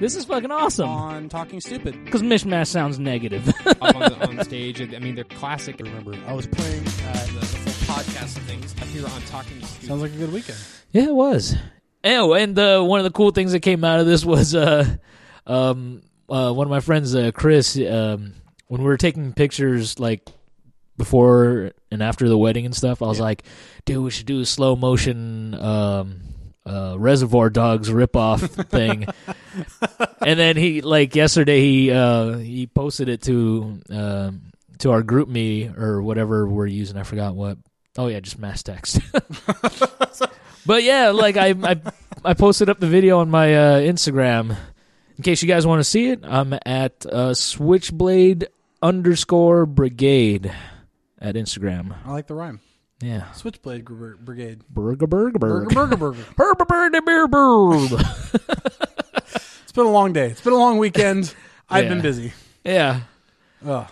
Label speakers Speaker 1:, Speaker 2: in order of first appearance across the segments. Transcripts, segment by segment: Speaker 1: This is fucking awesome.
Speaker 2: on Talking Stupid.
Speaker 1: Because mishmash sounds negative.
Speaker 3: up on, the, on stage. I mean, they're classic. I remember
Speaker 2: I was playing. Uh,
Speaker 3: the, the full podcast of things up here on Talking Stupid.
Speaker 2: sounds like a good weekend.
Speaker 1: Yeah, it was. Oh, and uh, one of the cool things that came out of this was uh, um, uh, one of my friends, uh, Chris, um, when we were taking pictures like before and after the wedding and stuff, I was like, dude, we should do a slow motion um, uh, Reservoir Dogs ripoff thing. and then he like yesterday he uh, he posted it to um to our group me or whatever we're using. I forgot what. Oh yeah, just mass text. But yeah, like I I, I posted up the video on my uh, Instagram. In case you guys want to see it, I'm at uh, Switchblade underscore Brigade at Instagram.
Speaker 2: I like the rhyme.
Speaker 1: Yeah,
Speaker 2: Switchblade gr- Brigade.
Speaker 1: burger burger
Speaker 2: Burger,
Speaker 1: burger
Speaker 2: burger, burger.
Speaker 1: burger burger burger.
Speaker 2: It's been a long day. It's been a long weekend. I've
Speaker 1: Yeah.
Speaker 2: been busy.
Speaker 1: Yeah,
Speaker 2: Ugh.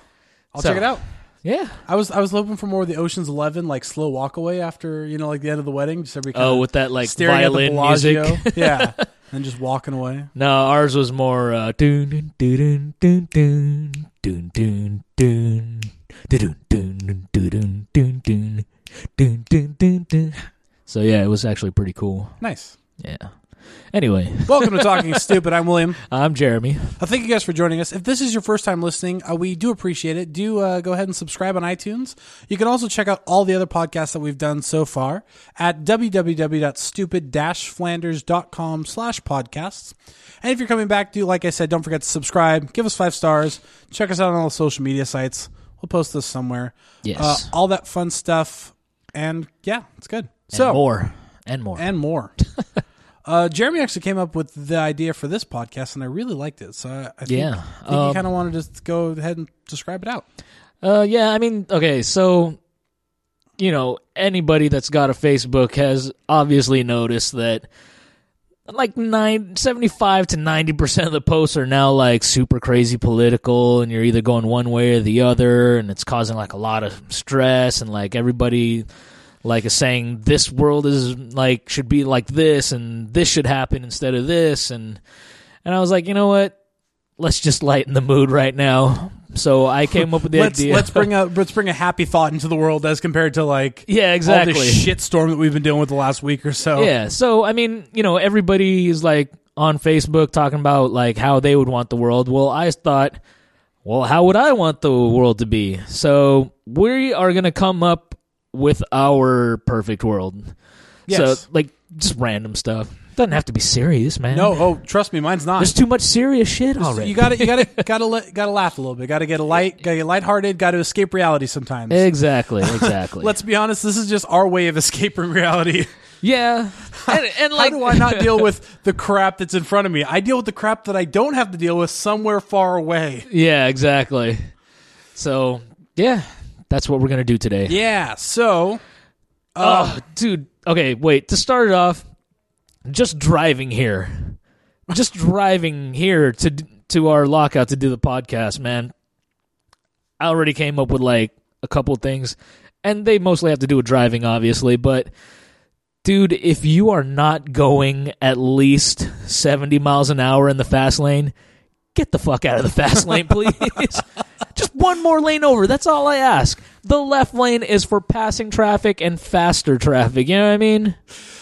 Speaker 2: I'll
Speaker 1: So-
Speaker 2: check it out.
Speaker 1: yeah.
Speaker 2: I was I was hoping for more of the Ocean's Eleven like slow walk away after you know like the end of the wedding. Just every
Speaker 1: Oh, with that like violin music.
Speaker 2: yeah, and just walking away.
Speaker 1: No, ours was more uh dun dun dun dun dun dun dun dun dun dun dun dun dun dun dun dun dun. So yeah, it was actually pretty cool.
Speaker 2: Nice.
Speaker 1: Yeah. Anyway,
Speaker 2: Welcome to Talking Stupid. I'm William.
Speaker 1: I'm Jeremy.
Speaker 2: Uh, thank you guys for joining us. If this is your first time listening, uh, we do appreciate it. Do uh, go ahead and subscribe on iTunes. You can also check out all the other podcasts that we've done so far at www.stupid-flanders.com slash podcasts. And if you're coming back, do like I said, don't forget to subscribe, give us five stars, check us out on all the social media sites. We'll post this somewhere.
Speaker 1: Yes.
Speaker 2: Uh, all that fun stuff. And yeah, it's good.
Speaker 1: and more and more.
Speaker 2: and more. uh, Jeremy actually came up with the idea for this podcast, and I really liked it. So I, I think,
Speaker 1: Yeah,
Speaker 2: I think you
Speaker 1: um,
Speaker 2: kind of wanted to just go ahead and describe it out.
Speaker 1: Uh, yeah, I mean, okay, so you know, anybody that's got a Facebook has obviously noticed that like nine, 75 to 90% of the posts are now like super crazy political and you're either going one way or the other and it's causing like a lot of stress and like everybody like is saying this world is like should be like this and this should happen instead of this and and I was like, you know what? Let's just lighten the mood right now. So I came up with the
Speaker 2: let's
Speaker 1: idea.
Speaker 2: let's bring a let's bring a happy thought into the world as compared to like
Speaker 1: Yeah, exactly.
Speaker 2: all this shit storm that we've been dealing with the last week or so.
Speaker 1: Yeah. So I mean, you know, everybody is like on Facebook talking about like how they would want the world. Well, I thought, well, how would I want the world to be? So we are gonna come up with our perfect world.
Speaker 2: Yes.
Speaker 1: So like just random stuff. Doesn't have to be serious, man.
Speaker 2: No, oh, trust me, mine's not.
Speaker 1: There's too much serious shit already.
Speaker 2: you got to you got to got to let got to laugh a little bit. Got to get a light, got to get lighthearted, got to escape reality sometimes.
Speaker 1: Eh. Exactly, exactly.
Speaker 2: Let's be honest, this is just our way of escaping reality.
Speaker 1: yeah. And, and
Speaker 2: How
Speaker 1: like
Speaker 2: do I not deal with the crap that's in front of me? I deal with the crap that I don't have to deal with somewhere far away.
Speaker 1: Yeah, exactly. So, yeah, that's what we're going to do today.
Speaker 2: Yeah, so um,
Speaker 1: Oh, dude. Okay, wait. To start it off, just driving here, just driving here to to our lockout to do the podcast, man. I already came up with like a couple things, and they mostly have to do with driving, obviously. But, dude, if you are not going at least seventy miles an hour in the fast lane, get the fuck out of the fast lane, please. Just one more lane over. That's all I ask. The left lane is for passing traffic and faster traffic. You know what I mean?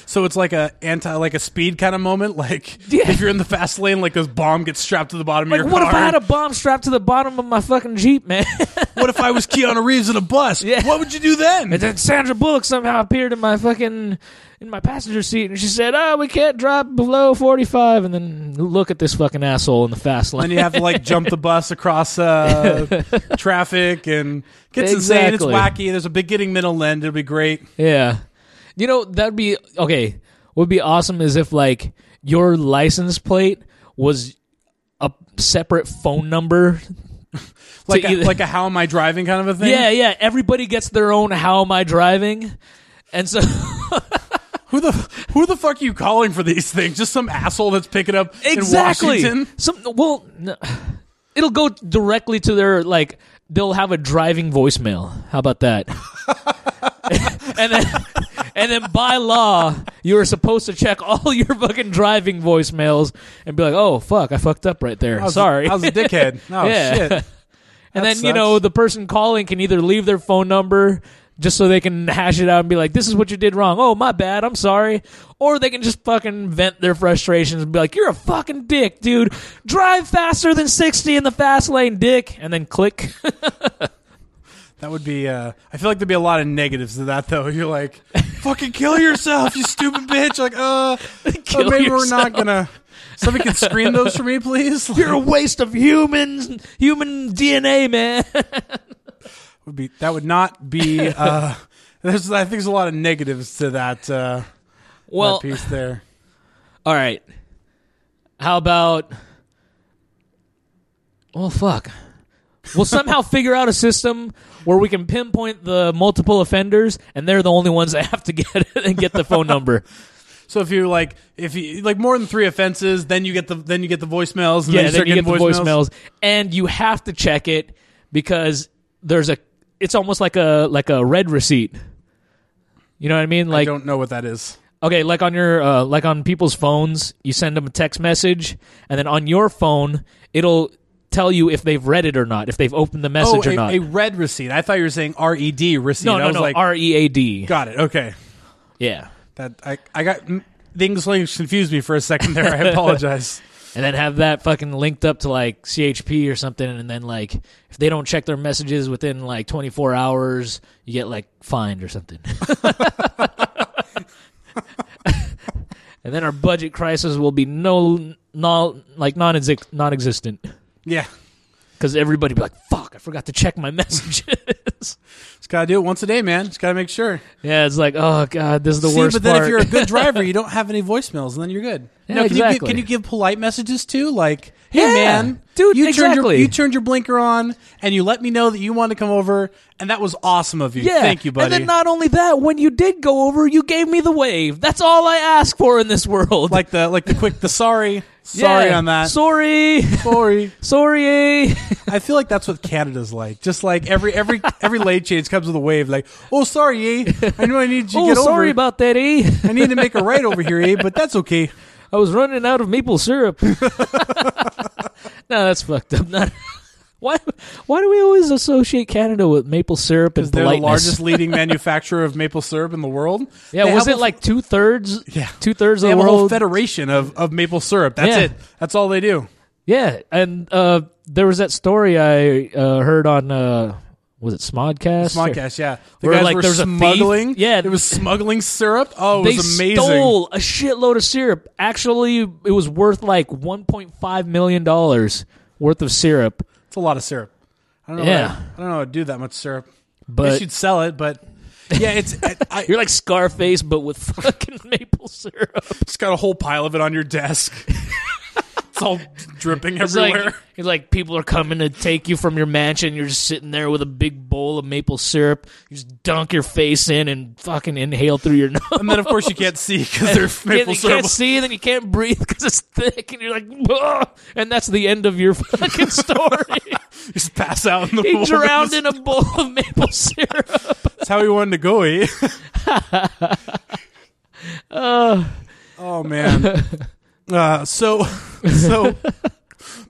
Speaker 2: so it's like a anti like a speed kind of moment. Like
Speaker 1: Yeah.
Speaker 2: if you're in the fast lane, like this bomb gets strapped to the bottom
Speaker 1: Like,
Speaker 2: of your
Speaker 1: what
Speaker 2: car.
Speaker 1: if I had a bomb strapped to the bottom of my fucking Jeep, man?
Speaker 2: what if I was Keanu Reeves in a bus?
Speaker 1: Yeah.
Speaker 2: What would you do then?
Speaker 1: and then Sandra Bullock somehow appeared in my fucking in my passenger seat, and she said, "Oh, we can't drop below 45." And then look at this fucking asshole in the fast lane.
Speaker 2: And you have to like jump the bus across uh, traffic and gets insane. It's
Speaker 1: Exactly.
Speaker 2: wacky. There's a beginning, middle, end. It'll be great.
Speaker 1: Yeah. You know, that'd be okay. Would be awesome is if like your license plate was a separate phone number.
Speaker 2: Like a,
Speaker 1: either-
Speaker 2: like a how am I driving kind of a thing.
Speaker 1: Yeah, yeah. Everybody gets their own how am I driving? And so
Speaker 2: Who the who the fuck are you calling for these things? Just some asshole that's picking up
Speaker 1: exactly.
Speaker 2: in Washington.
Speaker 1: Some well no, it'll go directly to their like they'll have a driving voicemail. How about that? and then and then by law, you are supposed to check all your fucking driving voicemails and be like, "Oh fuck, I fucked up right there.
Speaker 2: I was-
Speaker 1: Sorry."
Speaker 2: I was a dickhead. Oh
Speaker 1: Yeah.
Speaker 2: shit.
Speaker 1: and then
Speaker 2: that
Speaker 1: you know
Speaker 2: sucks.
Speaker 1: the person calling can either leave their phone number just so they can hash it out and be like, "This is what you did wrong. Oh my bad. I'm sorry." Or they can just fucking vent their frustrations and be like, "You're a fucking dick, dude. Drive faster than 60 in the fast lane, dick." And then click.
Speaker 2: That would be. Uh, I feel like there'd be a lot of negatives to that, though. You're like, fucking kill yourself, you stupid bitch. Like, uh,
Speaker 1: Kill
Speaker 2: uh, maybe we're
Speaker 1: yourself.
Speaker 2: not gonna. Somebody could screen those for me, please. Like,
Speaker 1: You're a waste of human human DNA, man.
Speaker 2: would be that would not be. Uh, there's I think there's a lot of negatives to that. Uh,
Speaker 1: well,
Speaker 2: that piece there.
Speaker 1: all right. How about? Well, fuck. We'll somehow figure out a system where we can pinpoint the multiple offenders, and they're the only ones that have to get it and get the phone number.
Speaker 2: So if you like, if you like more than three offenses, then you get the then you get the voicemails. And
Speaker 1: yeah,
Speaker 2: then you,
Speaker 1: then
Speaker 2: start
Speaker 1: you get the
Speaker 2: getting voicemails.
Speaker 1: voicemails, and you have to check it because there's a. It's almost like a like a red receipt. You know what I mean?
Speaker 2: I
Speaker 1: Like
Speaker 2: don't know what that is.
Speaker 1: Okay, like on your uh, like on people's phones, you send them a text message, and then on your phone, it'll tell you if they've read it or not, if they've opened the
Speaker 2: Oh,
Speaker 1: message or not.
Speaker 2: a, a red receipt. I thought you were saying R E D receipt.
Speaker 1: no,
Speaker 2: I
Speaker 1: no,
Speaker 2: was
Speaker 1: no,
Speaker 2: like,
Speaker 1: R E A D.
Speaker 2: got it. Okay.
Speaker 1: Yeah,
Speaker 2: That I I got mm, the English language confused me for a second there. I apologize.
Speaker 1: and then have that fucking linked up to like CHP or something, and then like if they don't check their messages within like 24 hours, you get like fined or something. and then our budget crisis will be no, no like non non-existent.
Speaker 2: yeah,
Speaker 1: because everybody be like, "Fuck, I forgot to check my messages."
Speaker 2: just gotta do it once a day, man. Just gotta make sure.
Speaker 1: yeah, it's like, oh god, this is the
Speaker 2: See,
Speaker 1: worst
Speaker 2: but then
Speaker 1: part.
Speaker 2: if you're a good driver, you don't have any voicemails, and then you're good.
Speaker 1: Yeah,
Speaker 2: can you gi-
Speaker 1: exactly.
Speaker 2: can you give polite messages too? Like, hey
Speaker 1: Yeah,
Speaker 2: man,
Speaker 1: dude,
Speaker 2: you turned your,
Speaker 1: exactly.
Speaker 2: you turned your blinker on, and you let me know that you wanted to come over, and that was awesome of you.
Speaker 1: yeah,
Speaker 2: thank you, buddy.
Speaker 1: And then not only that, when you did go over, you gave me the wave. That's all I ask for in this world.
Speaker 2: like the like the quick the sorry sorry
Speaker 1: Yeah,
Speaker 2: on that
Speaker 1: Sorry,
Speaker 2: sorry.
Speaker 1: sorry.
Speaker 2: I feel like that's what Canada's like. Just like every every every late change comes with a wave. Like oh sorry, eh? I know I need you to
Speaker 1: oh,
Speaker 2: get
Speaker 1: sorry
Speaker 2: over.
Speaker 1: about that, eh?
Speaker 2: I need to make a right over here, eh? But that's okay.
Speaker 1: I was running out of maple syrup. no, that's fucked up. Not. Why? Why do we always associate Canada with maple syrup and
Speaker 2: They're the
Speaker 1: politeness?
Speaker 2: largest leading manufacturer of maple syrup in the world.
Speaker 1: yeah,
Speaker 2: They
Speaker 1: was
Speaker 2: have
Speaker 1: it
Speaker 2: a-
Speaker 1: like two thirds?
Speaker 2: Yeah.
Speaker 1: two thirds
Speaker 2: They
Speaker 1: of the
Speaker 2: have a whole
Speaker 1: world.
Speaker 2: federation of, of maple syrup. That's
Speaker 1: Yeah.
Speaker 2: it. That's all they do.
Speaker 1: Yeah, and uh, there was that story I uh, heard on uh, was it Smodcast?
Speaker 2: Smodcast, yeah. The
Speaker 1: Where,
Speaker 2: guys
Speaker 1: like,
Speaker 2: were
Speaker 1: there's a thief.
Speaker 2: smuggling.
Speaker 1: Yeah.
Speaker 2: it was smuggling syrup. Oh, it
Speaker 1: They
Speaker 2: was amazing.
Speaker 1: stole a shitload of syrup. Actually, it was worth like 1.5 million dollars worth of syrup.
Speaker 2: It's a lot of syrup. I don't know.
Speaker 1: Yeah.
Speaker 2: what I, I don't know. How to do that much syrup. I guess
Speaker 1: But
Speaker 2: you'd sell it, but yeah, it's I, I
Speaker 1: you're like Scarface, but with fucking maple syrup.
Speaker 2: just got a whole pile of it on your desk. it's all dripping
Speaker 1: It's like,
Speaker 2: everywhere.
Speaker 1: it's like people are coming to take you from your mansion. You're just sitting there with a big bowl of maple syrup. You just dunk your face in and fucking inhale through your nose.
Speaker 2: and then of course you can't see because they're maple
Speaker 1: you
Speaker 2: syrup.
Speaker 1: can't see, and then you can't breathe because it's thick, and you're like, "Ugh," and that's the end of your fucking story.
Speaker 2: You just pass out in the
Speaker 1: he
Speaker 2: wilderness.
Speaker 1: drowned in a bowl of maple syrup.
Speaker 2: That's how he wanted to go. Eh? oh man. Uh, so so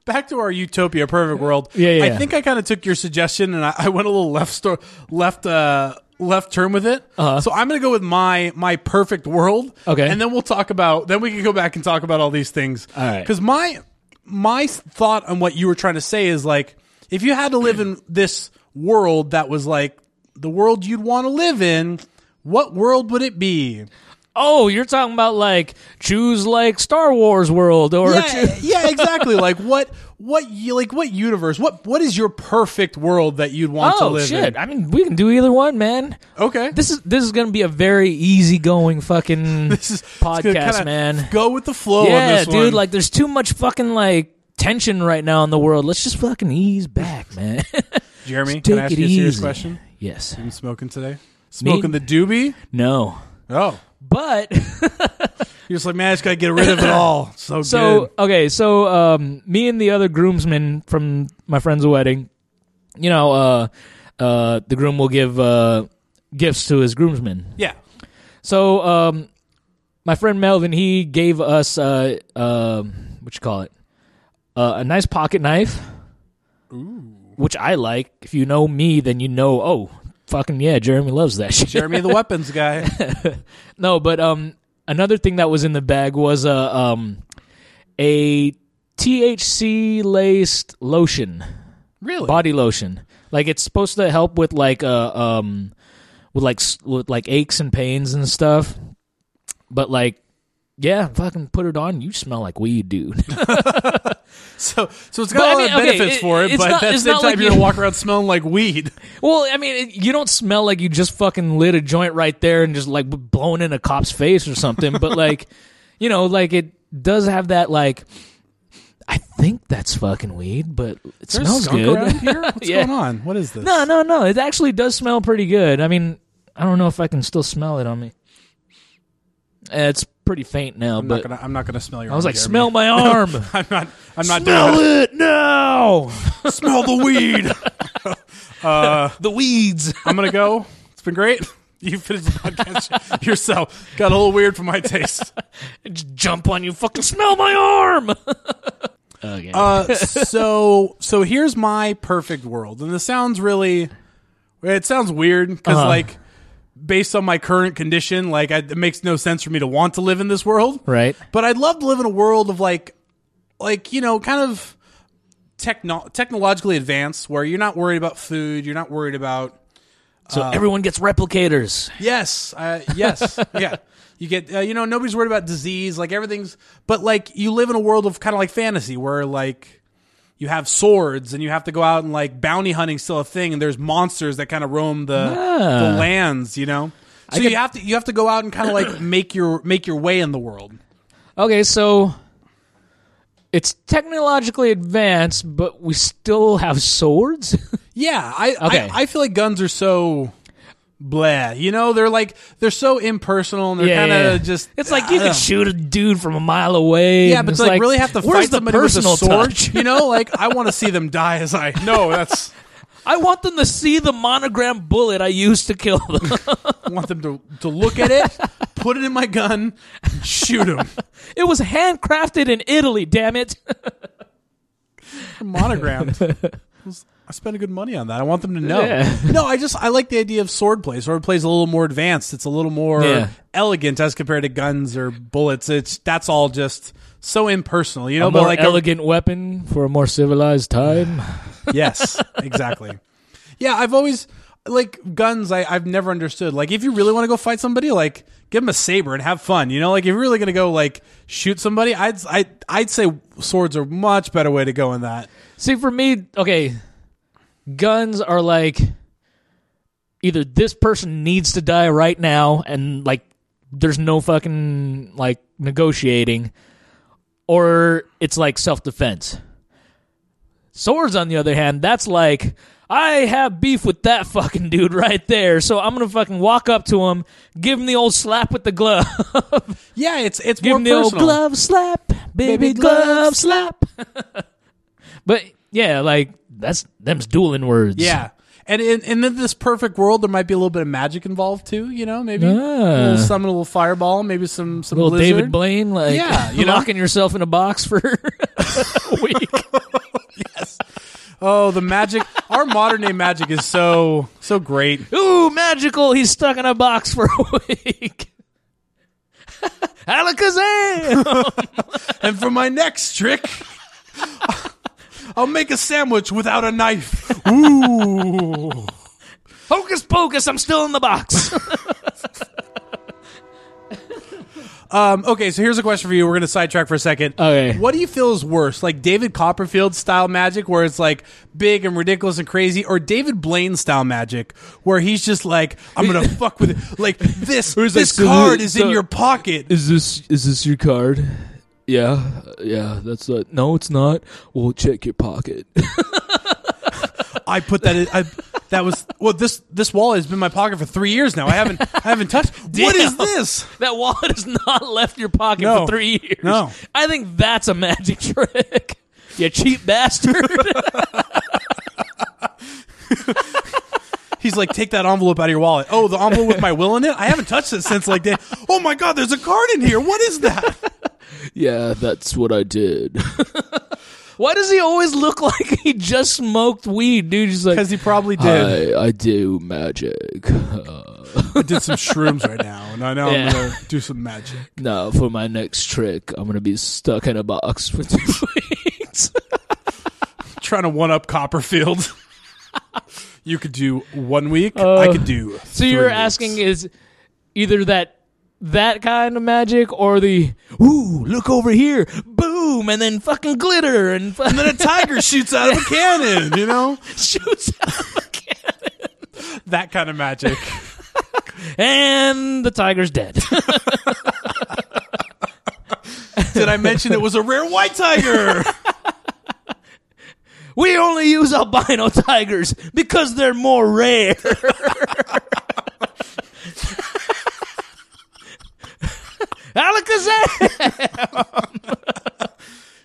Speaker 2: back to our utopia perfect world.
Speaker 1: Yeah, yeah,
Speaker 2: I
Speaker 1: yeah.
Speaker 2: think I kind of took your suggestion and I, I went a little left store left uh left turn with it.
Speaker 1: Uh-huh.
Speaker 2: So I'm gonna go with my my perfect world.
Speaker 1: Okay.
Speaker 2: and then we'll talk about then we can go back and talk about all these things.
Speaker 1: All right.
Speaker 2: because my my thought on what you were trying to say is like if you had to live in this world that was like the world you'd want to live in. What world would it be?
Speaker 1: Oh, you're talking about like choose like Star Wars world or
Speaker 2: yeah,
Speaker 1: choose-
Speaker 2: yeah, exactly. Like what, what, you like what universe? What, what is your perfect world that you'd want to
Speaker 1: oh
Speaker 2: live
Speaker 1: shit.
Speaker 2: in?
Speaker 1: I mean, we can do either one, man.
Speaker 2: Okay,
Speaker 1: This is this is gonna be a very easygoing fucking
Speaker 2: This is it's gonna
Speaker 1: podcast,
Speaker 2: kinda
Speaker 1: man.
Speaker 2: Go with the flow. on
Speaker 1: Yeah,
Speaker 2: this
Speaker 1: dude.
Speaker 2: one.
Speaker 1: Like, there's too much fucking like tension right now in the world. Let's just fucking ease back, man.
Speaker 2: Jeremy,
Speaker 1: Take
Speaker 2: can I ask
Speaker 1: it
Speaker 2: you a serious
Speaker 1: easy.
Speaker 2: question?
Speaker 1: Yes.
Speaker 2: You smoking today? Smoking the doobie?
Speaker 1: No.
Speaker 2: Oh,
Speaker 1: But
Speaker 2: you're just like man, I just gotta get rid of it all. So,
Speaker 1: so
Speaker 2: good.
Speaker 1: okay, so um, me and the other groomsmen from my friend's wedding, you know, uh, uh, the groom will give uh, gifts to his groomsmen.
Speaker 2: yeah,
Speaker 1: So, um, my friend Melvin, he gave us uh, um, what you call it, uh, a nice pocket knife, which I like. If you know me, then you know. Oh, fucking yeah, Jeremy loves that shit.
Speaker 2: Jeremy the weapons guy.
Speaker 1: No, but um, another thing that was in the bag was a um, a THC laced lotion,
Speaker 2: Really?
Speaker 1: body lotion. Like it's supposed to help with like uh um, with like s- with like aches and pains and stuff. But like, yeah, fucking put it on. You smell like weed, dude.
Speaker 2: So, so it's
Speaker 1: But, I
Speaker 2: got a
Speaker 1: mean,
Speaker 2: lot of
Speaker 1: okay,
Speaker 2: benefits
Speaker 1: it-
Speaker 2: for it,
Speaker 1: it's
Speaker 2: but
Speaker 1: not-
Speaker 2: at the
Speaker 1: it's
Speaker 2: same
Speaker 1: not
Speaker 2: time,
Speaker 1: like
Speaker 2: you're
Speaker 1: you-
Speaker 2: gonna walk around smelling like weed.
Speaker 1: well, I mean, it- you don't smell like you just fucking lit a joint right there and just like b- blown in a cop's face or something. But like, you know, like it does have that like. I think that's fucking weed, but it
Speaker 2: There's
Speaker 1: smells
Speaker 2: skunk
Speaker 1: good.
Speaker 2: around here. What's
Speaker 1: Yeah.
Speaker 2: going on? What is this?
Speaker 1: No, no, no. It actually does smell pretty good. I mean, I don't know if I can still smell it on me. Eh, It's pretty faint now,
Speaker 2: I'm
Speaker 1: but
Speaker 2: not gonna. I'm not gonna smell your.
Speaker 1: I was
Speaker 2: arm,
Speaker 1: like,
Speaker 2: Jeremy.
Speaker 1: smell my arm.
Speaker 2: I'm not. I'm not
Speaker 1: smell
Speaker 2: doing
Speaker 1: it now.
Speaker 2: it. Smell the weed.
Speaker 1: the weeds.
Speaker 2: I'm gonna go. It's been great. You finished the podcast yourself. Got a little weird for my taste.
Speaker 1: Just jump on you. Fucking smell my arm. okay.
Speaker 2: Uh, so so here's my perfect world, and this sounds really. It sounds weird because
Speaker 1: Uh-huh.
Speaker 2: like. Based on my current condition, like I, it makes no sense for me to want to live in this world.
Speaker 1: right.
Speaker 2: But I'd love to live in a world of like, like you know, kind of techno- technologically advanced, where you're not worried about food, you're not worried about
Speaker 1: So
Speaker 2: Ah.
Speaker 1: everyone gets replicators.
Speaker 2: yes, uh, yes, yeah. You get, uh, you know, nobody's worried about disease, like everything's. But like, you live in a world of kind of like fantasy, where like you have swords and you have to go out and like bounty hunting still a thing, and there's monsters that kind of roam the, the lands, you know. So you have to you have to go out and kind of like make your make your way in the world.
Speaker 1: Okay, so it's technologically advanced, but we still have swords.
Speaker 2: Yeah, I,
Speaker 1: Okay.
Speaker 2: I I feel like guns are so blah. You know, they're like they're so impersonal and they're kind of just
Speaker 1: It's like
Speaker 2: I
Speaker 1: you
Speaker 2: don't
Speaker 1: could
Speaker 2: know.
Speaker 1: shoot a dude from a mile away.
Speaker 2: yeah,
Speaker 1: and
Speaker 2: but
Speaker 1: it's
Speaker 2: to like, really have to
Speaker 1: where's
Speaker 2: fight
Speaker 1: the
Speaker 2: somebody with a
Speaker 1: personal
Speaker 2: sword.
Speaker 1: touch?
Speaker 2: You know, like I want to see them die as I no, that's
Speaker 1: I want them to see the monogram bullet I used to kill them.
Speaker 2: I want them to to look at it, put it in my gun, and shoot them.
Speaker 1: it was handcrafted in Italy. Damn it!
Speaker 2: Monogrammed. It was- I spent a good money on that. I want them to know.
Speaker 1: Yeah.
Speaker 2: No, I just I like the idea of swordplay. Swordplay's a little more advanced. It's a little more
Speaker 1: Yeah.
Speaker 2: elegant as compared to guns or bullets. It's that's all just so impersonal, you know.
Speaker 1: A more
Speaker 2: Oh, but like a-
Speaker 1: elegant weapon for a more civilized time.
Speaker 2: yes, exactly. Yeah, I've always like guns. I I've never understood. Like, if you really want to go fight somebody, like give them a saber and have fun. You know, like if you're really gonna go like shoot somebody, I'd I I'd say swords are much better way to go in that.
Speaker 1: See, for me, okay, guns are like either this person needs to die right now, and like there's no fucking like negotiating, or it's like self defense. Swords, on the other hand, that's like I have beef with that fucking dude right there, so I'm gonna fucking walk up to him, give him the old slap with the glove,
Speaker 2: Yeah, it's it's
Speaker 1: give
Speaker 2: more
Speaker 1: him the old
Speaker 2: personal.
Speaker 1: glove slap, baby,
Speaker 2: Baby
Speaker 1: glove,
Speaker 2: glove
Speaker 1: slap. but yeah, like that's them's dueling words.
Speaker 2: Yeah. And in, and in this perfect world, there might be a little bit of magic involved too. You know, maybe a little summon, a little fireball, maybe some some
Speaker 1: little
Speaker 2: blizzard.
Speaker 1: David Blaine, like
Speaker 2: Yeah, you know?
Speaker 1: locking yourself in a box for a week.
Speaker 2: oh, the magic! Our modern day magic is so so great.
Speaker 1: Ooh, magical! He's stuck in a box for a week. Alakazam!
Speaker 2: And for my next trick, I'll make a sandwich without a knife. Ooh,
Speaker 1: Hocus pocus! I'm still in the box.
Speaker 2: Um, okay, so here's a question for you. We're going to sidetrack for a second.
Speaker 1: Okay.
Speaker 2: What do you feel is worse, like David Copperfield style magic, where it's like big and ridiculous and crazy, or David Blaine style magic, where he's just like, I'm going to fuck with it. Like, this,
Speaker 1: Or he's like,
Speaker 2: this
Speaker 1: so-
Speaker 2: card is
Speaker 1: so-
Speaker 2: in your pocket.
Speaker 1: is this is this your card? Yeah, yeah. That's uh, no, it's not. We'll check your pocket.
Speaker 2: I put that in. I, that was, well, this, this wallet has been in my pocket for three years now. I haven't, I haven't touched. What is
Speaker 1: Damn.
Speaker 2: this?
Speaker 1: That wallet has not left your pocket for
Speaker 2: No.
Speaker 1: three years.
Speaker 2: No.
Speaker 1: I think that's a magic trick. You cheap bastard.
Speaker 2: He's like, take that envelope out of your wallet. Oh, the envelope with my will in it. I haven't touched it since like day. Oh my god, there's a card in here. What is that?
Speaker 1: Yeah, that's what I did. Why does he always look like he just smoked weed, dude? He's like,
Speaker 2: Because he probably did.
Speaker 1: I, I do magic. Uh,
Speaker 2: I did some shrooms right now, and I know
Speaker 1: Yeah.
Speaker 2: I'm gonna do some magic.
Speaker 1: no, for my next trick, I'm gonna be stuck in a box for two weeks.
Speaker 2: Trying to one up Copperfield. you could do one week. I could do.
Speaker 1: Oh. so you you're asking is either that that kind of magic or the ooh, look over here, boom, and then fucking glitter and, fu-
Speaker 2: And then a tiger shoots out of a cannon. You know
Speaker 1: shoots out of a cannon.
Speaker 2: that kind of magic.
Speaker 1: and the tiger's dead.
Speaker 2: Did I mention it was a rare white tiger?
Speaker 1: we only use albino tigers because they're more rare. Alakazam!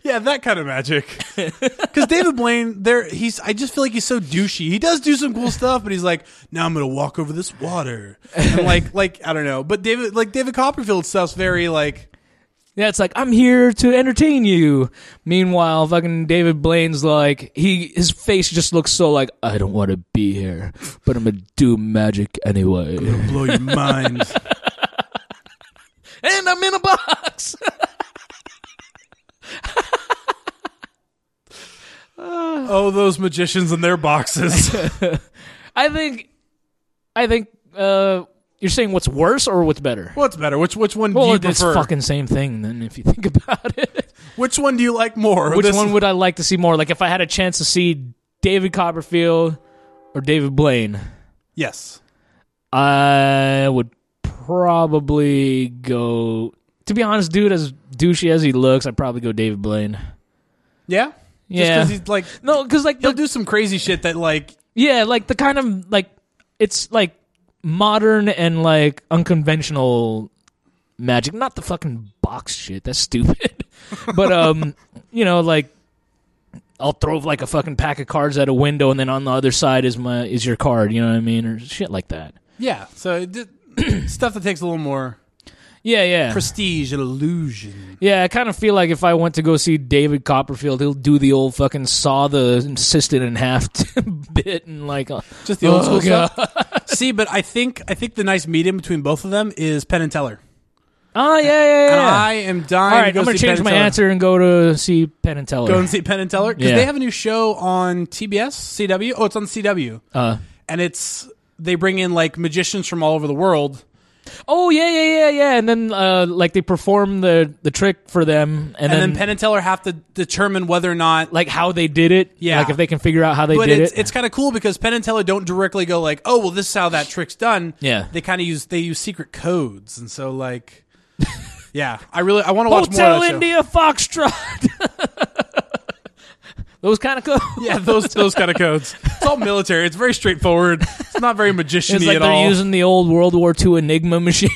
Speaker 2: Yeah, that kind of magic. Because David Blaine, there, he's. I just feel like he's so douchey. He does do some cool stuff, but he's like, now I'm gonna walk over this water, and like, like I don't know. But David, like David Copperfield stuff's very like.
Speaker 1: Yeah, it's like I'm here to entertain you. Meanwhile, fucking David Blaine's like he his face just looks so like I don't want to be here, but I'm gonna do magic anyway, and
Speaker 2: blow your mind.
Speaker 1: I'm in a box.
Speaker 2: oh, those magicians and their boxes.
Speaker 1: I think, I think uh, you're saying what's worse or what's better.
Speaker 2: What's better? Which which one do
Speaker 1: Well,
Speaker 2: you
Speaker 1: it's
Speaker 2: prefer?
Speaker 1: fucking same thing. Then, if you think about it,
Speaker 2: which one do you like more?
Speaker 1: which
Speaker 2: This-
Speaker 1: one would I like to see more? Like, if I had a chance to see David Copperfield or David Blaine,
Speaker 2: yes.
Speaker 1: I would probably go. To be honest, dude, as douchey as he looks, I'd probably go David Blaine.
Speaker 2: Yeah.
Speaker 1: Yeah.
Speaker 2: Just because he's like
Speaker 1: No, because like
Speaker 2: he'll
Speaker 1: the,
Speaker 2: do some crazy shit that like
Speaker 1: yeah, like the kind of like it's like modern and like unconventional magic, not the fucking box shit. That's stupid. but um, you know, like I'll throw like a fucking pack of cards at a window, and then on the other side is my is your card. You know what I mean, or shit like that.
Speaker 2: yeah. So it did, stuff that takes a little more
Speaker 1: Yeah, yeah.
Speaker 2: prestige and illusion.
Speaker 1: Yeah, I kind of feel like if I went to go see David Copperfield, he'll do the old fucking saw the assistant in half bit and like, uh,
Speaker 2: Just the old
Speaker 1: Oh,
Speaker 2: school
Speaker 1: God.
Speaker 2: stuff. See, but I think I think the nice medium between both of them is Penn and Teller.
Speaker 1: oh yeah, yeah,
Speaker 2: And
Speaker 1: yeah.
Speaker 2: I am dying.
Speaker 1: All right,
Speaker 2: to go
Speaker 1: I'm gonna
Speaker 2: see
Speaker 1: change
Speaker 2: Penn
Speaker 1: my
Speaker 2: and Teller.
Speaker 1: answer and go to see Penn and Teller.
Speaker 2: Go and see Penn and Teller because
Speaker 1: Yeah.
Speaker 2: they have a new show on TBS, CW. Oh, it's on CW,
Speaker 1: uh,
Speaker 2: and it's they bring in like magicians from all over the world.
Speaker 1: oh yeah, yeah, yeah, yeah. And then uh, like they perform the the trick for them, and,
Speaker 2: and
Speaker 1: then,
Speaker 2: then Penn and Teller have to determine whether or not.
Speaker 1: like how they did it.
Speaker 2: Yeah.
Speaker 1: like if they can figure out how they
Speaker 2: but
Speaker 1: did
Speaker 2: it's
Speaker 1: it.
Speaker 2: it's kind of cool because Penn and Teller don't directly go like, oh well, this is how that trick's done.
Speaker 1: Yeah.
Speaker 2: they kind of use they use secret codes, and so like, yeah, I really I want to watch more
Speaker 1: Hotel
Speaker 2: of that show.
Speaker 1: India Foxtrot. Those kind of cool.
Speaker 2: Yeah, those those kind of codes. It's all military. It's very straightforward. It's not very magician
Speaker 1: It's like
Speaker 2: at
Speaker 1: they're
Speaker 2: all.
Speaker 1: using the old World War II Enigma machine.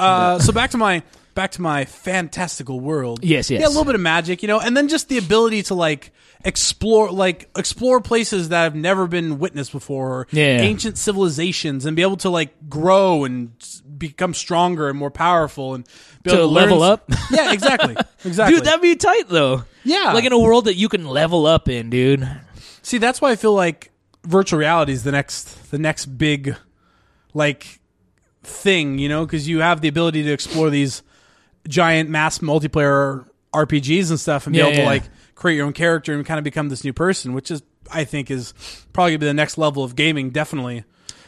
Speaker 2: uh, so back to my back to my fantastical world.
Speaker 1: Yes, yes.
Speaker 2: Yeah, a little bit of magic, you know, and then just the ability to like explore like explore places that have never been witnessed before or
Speaker 1: Yeah.
Speaker 2: ancient civilizations and be able to like grow and s- become stronger and more powerful and be
Speaker 1: To
Speaker 2: able learn
Speaker 1: level
Speaker 2: s-
Speaker 1: up?
Speaker 2: yeah exactly exactly
Speaker 1: dude, that'd be tight though.
Speaker 2: Yeah.
Speaker 1: like in a world that you can level up in, dude.
Speaker 2: See, that's why I feel like virtual reality is the next the next big like thing, you know, because you have the ability to explore these giant mass multiplayer RPGs and stuff, and be
Speaker 1: Yeah,
Speaker 2: able
Speaker 1: yeah.
Speaker 2: to like create your own character and kind of become this new person, which is I think is probably gonna be the next level of gaming, definitely.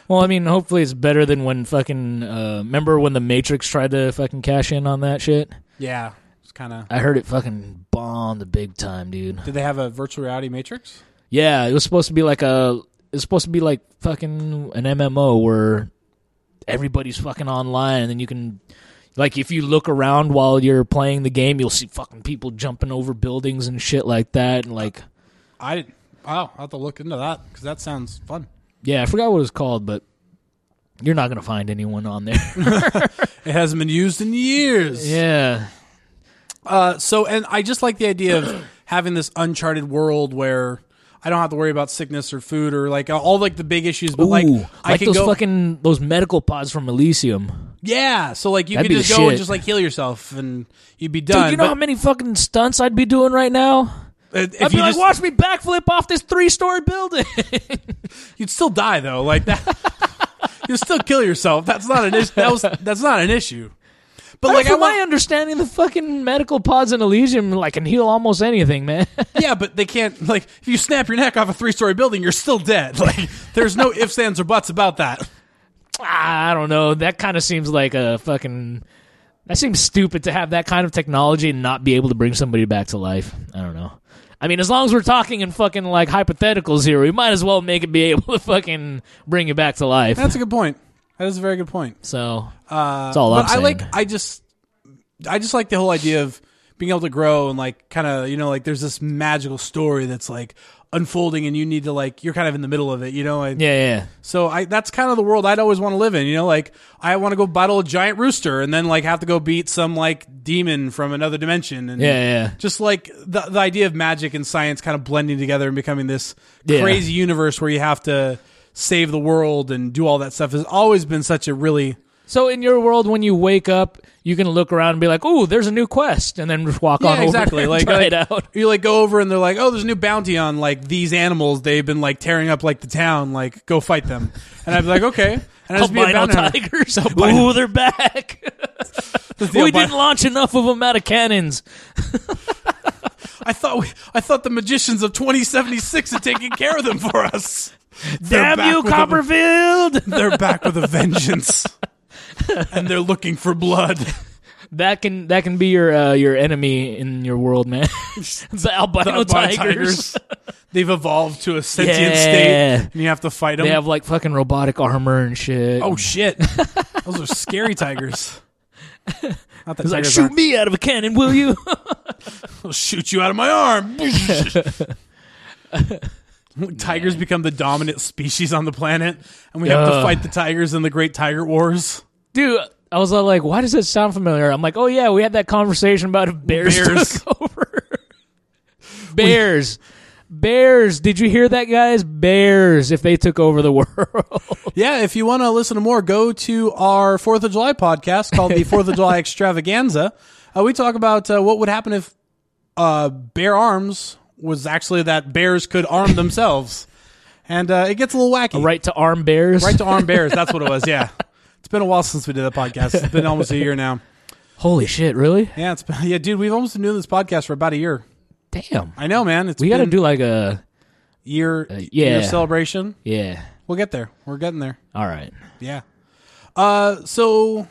Speaker 1: Well, I mean, hopefully it's better than when fucking. Uh, remember when the Matrix tried to fucking cash in on that shit?
Speaker 2: Yeah, it's kind of.
Speaker 1: I heard it fucking bombed big time, dude.
Speaker 2: Did they have a virtual reality matrix?
Speaker 1: Yeah, it was supposed to be like a. It's supposed to be like fucking an MMO where everybody's fucking online, and then you can. Like if you look around while you're playing the game, you'll see fucking people jumping over buildings and shit like that, and like
Speaker 2: I didn't. Wow, I'll have to look into that because that sounds fun.
Speaker 1: Yeah, I forgot what it was called, but you're not gonna find anyone on there.
Speaker 2: It hasn't been used in years.
Speaker 1: yeah,
Speaker 2: Uh, so, and I just like the idea of having this uncharted world where I don't have to worry about sickness or food or like uh, all like the big issues. But like,
Speaker 1: Ooh,
Speaker 2: I
Speaker 1: like
Speaker 2: can
Speaker 1: those
Speaker 2: go.
Speaker 1: fucking those medical pods from Elysium.
Speaker 2: yeah, so like you
Speaker 1: That'd
Speaker 2: could
Speaker 1: be
Speaker 2: just
Speaker 1: the
Speaker 2: go and
Speaker 1: shit.
Speaker 2: just like heal yourself and you'd be
Speaker 1: Dude,
Speaker 2: done.
Speaker 1: you know
Speaker 2: but
Speaker 1: how many fucking stunts I'd be doing right now?
Speaker 2: if
Speaker 1: I'd be
Speaker 2: you
Speaker 1: like,
Speaker 2: just,
Speaker 1: watch me backflip off this three-story building.
Speaker 2: you'd still die though. Like that, you'd still kill yourself. That's not an issue. That was that's not an issue. But like,
Speaker 1: like,
Speaker 2: I
Speaker 1: from
Speaker 2: want,
Speaker 1: my understanding, the fucking medical pods in Elysium like can heal almost anything, man.
Speaker 2: yeah, but they can't. Like, if you snap your neck off a three-story building, you're still dead. Like, there's no ifs, ands, or buts about that.
Speaker 1: I don't know. That kind of seems like a fucking. That seems stupid to have that kind of technology and not be able to bring somebody back to life. I don't know. I mean, as long as we're talking in fucking like hypotheticals here, we might as well make it be able to fucking bring you back to life.
Speaker 2: That's a good point. That is a very good point.
Speaker 1: so
Speaker 2: Uh,
Speaker 1: That's all
Speaker 2: but
Speaker 1: I'm saying.
Speaker 2: I like. I just, I just like the whole idea of being able to grow and like kind of you know like there's this magical story that's like unfolding and you need to like you're kind of in the middle of it you know and
Speaker 1: yeah, yeah.
Speaker 2: so I that's kind of the world I'd always want to live in you know like I want to go battle a giant rooster and then like have to go beat some like demon from another dimension and
Speaker 1: Yeah, yeah.
Speaker 2: just like the the idea of magic and science kind of blending together and becoming this
Speaker 1: Yeah.
Speaker 2: crazy universe where you have to save the world and do all that stuff has always been such a really
Speaker 1: So in your world, when you wake up, you can look around and be like, "Ooh, there's a new quest," and then just walk on over there and
Speaker 2: Like,
Speaker 1: try
Speaker 2: like,
Speaker 1: it out.
Speaker 2: You like go over and they're like, oh, there's a new bounty on like these animals. They've been like tearing up like the town. Like go fight them. And I'd be like, okay. And I'd just be a
Speaker 1: Albino
Speaker 2: bounty hunter.
Speaker 1: tigers.
Speaker 2: Albino-
Speaker 1: Ooh, they're back.
Speaker 2: Just the
Speaker 1: we
Speaker 2: albino-
Speaker 1: didn't launch enough of them out of cannons.
Speaker 2: I thought we, I thought the magicians of 2076 had taken care of them for us. They're
Speaker 1: Damn
Speaker 2: back
Speaker 1: you,
Speaker 2: with a-
Speaker 1: Copperfield!
Speaker 2: they're back with a vengeance, and they're looking for blood.
Speaker 1: That can that can be your uh, your enemy in your world, man. it's the albino,
Speaker 2: The
Speaker 1: tigers.
Speaker 2: albino They've evolved to a sentient
Speaker 1: Yeah.
Speaker 2: state, and you have to fight them.
Speaker 1: They have like fucking robotic armor and shit.
Speaker 2: oh shit! Those are scary tigers. Not that
Speaker 1: it's like
Speaker 2: tigers
Speaker 1: shoot
Speaker 2: aren't-
Speaker 1: me out of a cannon, will you?
Speaker 2: I'll shoot you out of my arm. tigers become the dominant species on the planet, and we have to
Speaker 1: Ugh.
Speaker 2: fight the tigers in the Great Tiger Wars.
Speaker 1: Dude, I was all like, why does that sound familiar? I'm like, oh yeah, we had that conversation about if bears,
Speaker 2: Bears.
Speaker 1: took over. bears. Bears, did you hear that, guys? Bears, if they took over the world,
Speaker 2: Yeah, if you want to listen to more, go to our Fourth of July podcast called the Fourth of July Extravaganza. Uh, we talk about uh, what would happen if uh, bear arms was actually that bears could arm themselves, and uh, it gets a little wacky.
Speaker 1: right to arm bears.
Speaker 2: right to arm bears. That's what it was. Yeah, it's been a while since we did that podcast. It's been almost a year now.
Speaker 1: Holy shit, really?
Speaker 2: Yeah, it's been, yeah, dude. We've almost been doing this podcast for about a year.
Speaker 1: Damn,
Speaker 2: I know, man. It's
Speaker 1: we got to
Speaker 2: been
Speaker 1: do like a
Speaker 2: year year
Speaker 1: yeah.
Speaker 2: celebration.
Speaker 1: yeah.
Speaker 2: We'll get there. We're getting there.
Speaker 1: All right.
Speaker 2: Yeah. Uh, so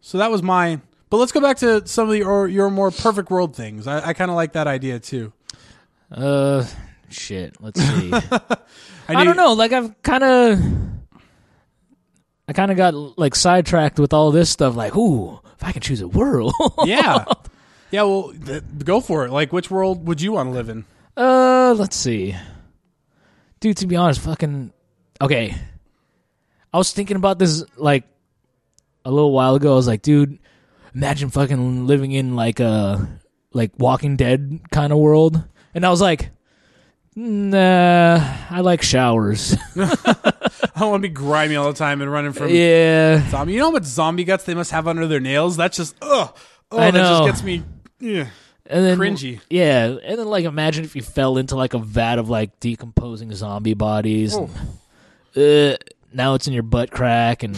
Speaker 2: so that was mine. But let's go back to some of the, or your more perfect world things. I, I kind of like that idea too.
Speaker 1: Uh, shit. Let's see.
Speaker 2: knew-
Speaker 1: I don't know. Like I've kind of, I kind of got like sidetracked with all this stuff. Like, ooh, if I can choose a world.
Speaker 2: Yeah. yeah. Well, th- go for it. Like, which world would you want to live in?
Speaker 1: uh, let's see. Dude, to be honest, fucking. Okay. I was thinking about this like a little while ago. I was like, dude, imagine fucking living in like a like Walking Dead kind of world. And I was like, nah, I like showers.
Speaker 2: I don't want to be grimy all the time and running from
Speaker 1: yeah.
Speaker 2: zombie. You know how much zombie guts they must have under their nails? That's just ugh. Oh,
Speaker 1: I
Speaker 2: that just
Speaker 1: know.
Speaker 2: gets me. Yeah.
Speaker 1: and then
Speaker 2: Cringy.
Speaker 1: Yeah, and then like imagine if you fell into like a vat of like decomposing zombie bodies.
Speaker 2: Oh.
Speaker 1: and, uh, now it's in your butt crack, and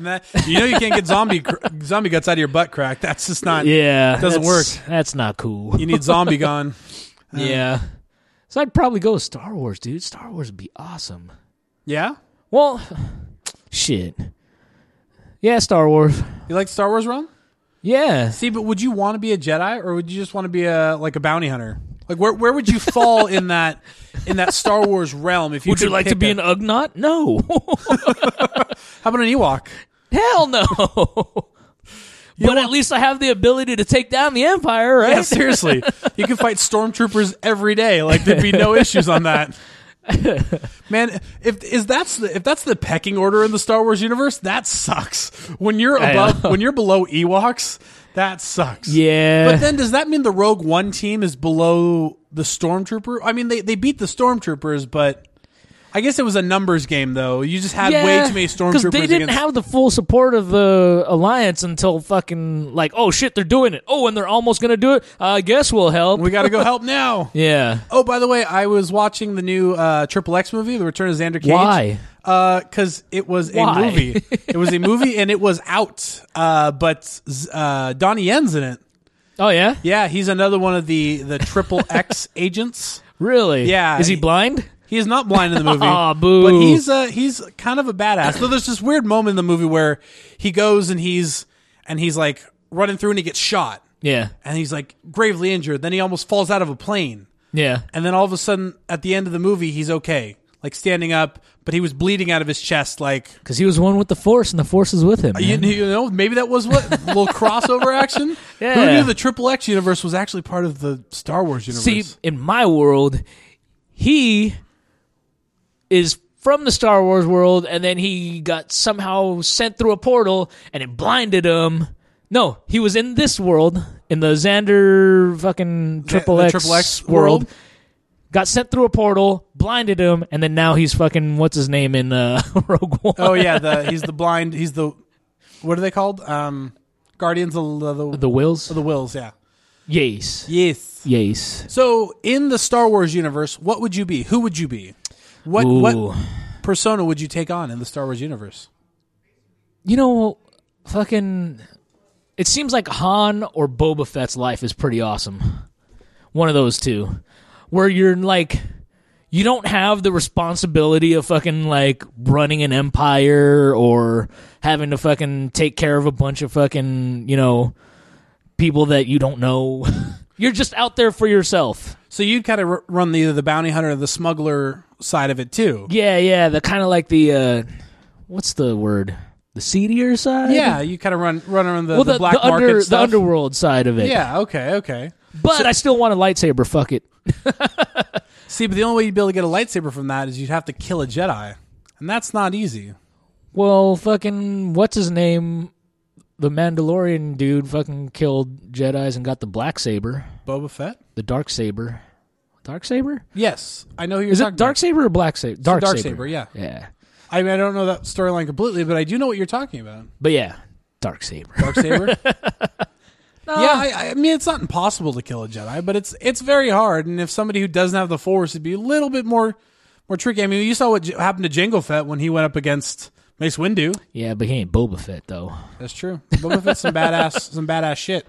Speaker 2: That- you know you can't get zombie cr- zombie guts out of your butt crack. That's just not.
Speaker 1: yeah,
Speaker 2: doesn't
Speaker 1: that's- That's not cool.
Speaker 2: You need zombie gone.
Speaker 1: yeah, so I'd probably go with Star Wars, dude. Star Wars would be awesome.
Speaker 2: Yeah.
Speaker 1: Well, shit. Yeah, Star Wars.
Speaker 2: You like Star Wars, Ron?
Speaker 1: Yeah,
Speaker 2: See, but would you want to be a Jedi or would you just want to be a like a bounty hunter? Like where where would you fall in that in that Star Wars realm? If you
Speaker 1: would you
Speaker 2: could
Speaker 1: like to
Speaker 2: pick
Speaker 1: be
Speaker 2: a-
Speaker 1: an Ugnaught? No,
Speaker 2: How about an Ewok?
Speaker 1: hell no. but at least I have the ability to take down the Empire, right?
Speaker 2: Yeah, seriously, you can fight stormtroopers every day. Like there'd be no issues on that. Man, if is that's the if that's the pecking order in the Star Wars universe, that sucks. When you're
Speaker 1: I know.
Speaker 2: above, when you're below Ewoks, that sucks.
Speaker 1: Yeah.
Speaker 2: But then, does that mean the Rogue One team is below the stormtrooper. I mean, they they beat the stormtroopers, but I guess it was a numbers game though. You just had way too many stormtroopers.
Speaker 1: they didn't
Speaker 2: against-
Speaker 1: have the full support of the alliance until fucking like, oh shit, they're doing it. Oh, and they're almost gonna do it. I guess we'll help.
Speaker 2: we got to go help now.
Speaker 1: yeah.
Speaker 2: Oh, by the way, I was watching the new uh, Triple X movie, The Return of Xander Cage.
Speaker 1: Why?
Speaker 2: Because it was a
Speaker 1: Why?
Speaker 2: movie. it was a movie, and it was out. Uh, but uh, Donnie Yen's in it.
Speaker 1: Oh yeah.
Speaker 2: Yeah, he's another one of the the Triple X agents.
Speaker 1: Really?
Speaker 2: Yeah,
Speaker 1: Is he
Speaker 2: he-
Speaker 1: blind?
Speaker 2: He is not blind in the movie.
Speaker 1: Aw, boo.
Speaker 2: But he's uh, he's kind of a badass. Though there's this weird moment in the movie where he goes and he's and he's like running through and he gets shot
Speaker 1: Yeah.
Speaker 2: and he's like gravely injured. Then he almost falls out of a plane.
Speaker 1: Yeah.
Speaker 2: And then all of a sudden, at the end of the movie, he's okay, like standing up, but he was bleeding out of his chest. Like
Speaker 1: Because he was one with the force, and the force is with him.
Speaker 2: Uh, you,
Speaker 1: man.
Speaker 2: you know, maybe that was what little crossover action.
Speaker 1: Yeah.
Speaker 2: Who knew the Triple X universe was actually part of the Star Wars universe?
Speaker 1: See, in my world, he is from the Star Wars world, and then he got somehow sent through a portal, and it blinded him. No, he was in this world, in the Xander fucking Triple
Speaker 2: the
Speaker 1: X,
Speaker 2: Triple X
Speaker 1: world.
Speaker 2: world?
Speaker 1: Got sent through a portal, blinded him, and then now he's fucking what's his name in uh, Rogue One.
Speaker 2: oh yeah, the he's the blind. He's the what are they called? Um, Guardians of the the,
Speaker 1: The Wills.
Speaker 2: of Oh, the Wills. Yeah.
Speaker 1: yes.
Speaker 2: Yes.
Speaker 1: Yes.
Speaker 2: So in the Star Wars universe, what would you be? Who would you be? What
Speaker 1: Ooh.
Speaker 2: what persona would you take on in the Star Wars universe?
Speaker 1: you know, fucking. It seems like Han or Boba Fett's life is pretty awesome. One of those two, where you're like, you don't have the responsibility of fucking like running an empire or having to fucking take care of a bunch of fucking you know people that you don't know. you're just out there for yourself.
Speaker 2: So you'd kind of r- run either the bounty hunter or the smuggler side of it too.
Speaker 1: Yeah, yeah. The kind of like the uh, what's the word? The seedier side.
Speaker 2: Yeah, you kind of run run around the,
Speaker 1: Well,
Speaker 2: the,
Speaker 1: the,
Speaker 2: black
Speaker 1: the
Speaker 2: market
Speaker 1: under the
Speaker 2: stuff.
Speaker 1: underworld side of it.
Speaker 2: yeah, okay, okay.
Speaker 1: But I still want a lightsaber. Fuck it.
Speaker 2: See, but the only way you'd be able to get a lightsaber from that is you'd have to kill a Jedi, and that's not easy.
Speaker 1: Well, fucking what's his name? The Mandalorian dude fucking killed Jedi's and got the black saber,
Speaker 2: Boba Fett.
Speaker 1: the dark saber. Dark saber?
Speaker 2: Yes, I know who you're
Speaker 1: Is
Speaker 2: talking
Speaker 1: it dark
Speaker 2: about.
Speaker 1: saber or black saber? Dark,
Speaker 2: dark saber, yeah.
Speaker 1: Yeah.
Speaker 2: I mean, I don't know that storyline completely, but I do know what you're talking about.
Speaker 1: But yeah, dark saber.
Speaker 2: Dark saber. yeah, I, I mean, it's not impossible to kill a Jedi, but it's it's very hard. And if somebody who doesn't have the Force, it'd be a little bit more more tricky. I mean, you saw what j- happened to Jango Fett when he went up against Mace Windu.
Speaker 1: Yeah, but he ain't Boba Fett though.
Speaker 2: That's true. Boba Fett's some badass some badass shit.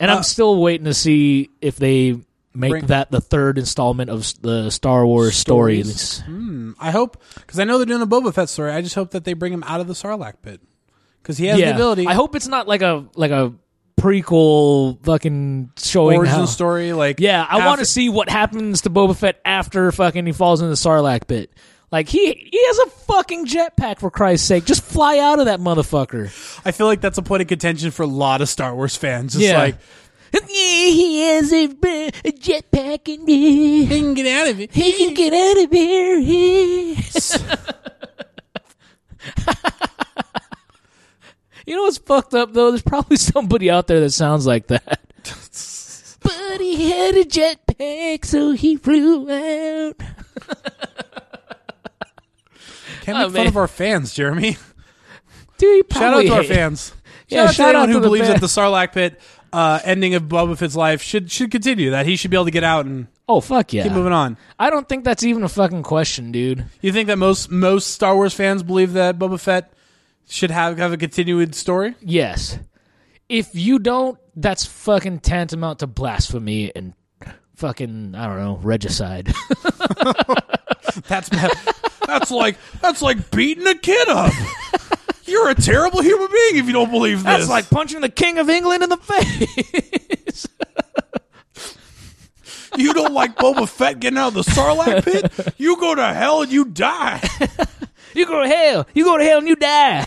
Speaker 1: And I'm still waiting to see if they make
Speaker 2: Uh, Bring-
Speaker 1: that the third installment of s- the Star Wars
Speaker 2: Stories.
Speaker 1: stories.
Speaker 2: I hope because I know they're doing a Boba Fett story. I just hope that they bring him out of the Sarlacc pit because he has the ability.
Speaker 1: I hope it's not like a like a prequel fucking showing
Speaker 2: origin
Speaker 1: how-
Speaker 2: story. Like,
Speaker 1: Yeah, I
Speaker 2: half-
Speaker 1: want to see what happens to Boba Fett after fucking he falls into the Sarlacc pit. Like he he has a fucking jetpack for Christ's sake. Just fly out of that motherfucker.
Speaker 2: I feel like that's a point of contention for a lot of Star Wars fans. Just
Speaker 1: Yeah.
Speaker 2: like,
Speaker 1: Yeah, he has a, a jetpack and he
Speaker 2: he can get out of it.
Speaker 1: can get out of here. you know what's fucked up though? There's probably somebody out there that sounds like that. but he had a jetpack, so he flew out.
Speaker 2: Can't
Speaker 1: Oh,
Speaker 2: make fun
Speaker 1: man.
Speaker 2: of our fans, Jeremy.
Speaker 1: Dude, you
Speaker 2: Shout out
Speaker 1: probably
Speaker 2: to our
Speaker 1: hate-
Speaker 2: fans.
Speaker 1: Yeah,
Speaker 2: shout, out to anyone who
Speaker 1: the
Speaker 2: believes
Speaker 1: fans.
Speaker 2: that the Sarlacc pit uh, ending of Boba Fett's life should should continue. That he should be able to get out and
Speaker 1: Oh fuck yeah!
Speaker 2: keep moving on.
Speaker 1: I don't think that's even a fucking question, dude.
Speaker 2: You think that most most Star Wars fans believe that Boba Fett should have have a continued story?
Speaker 1: Yes, if you don't, that's fucking tantamount to blasphemy and fucking I don't know regicide.
Speaker 2: That's that's like that's like beating a kid up. You're a terrible human being if you don't believe this.
Speaker 1: that's like punching the king of England in the face.
Speaker 2: you don't like Boba Fett getting out of the Sarlacc pit. You go to hell and you die.
Speaker 1: you go to hell. You go to hell and you die.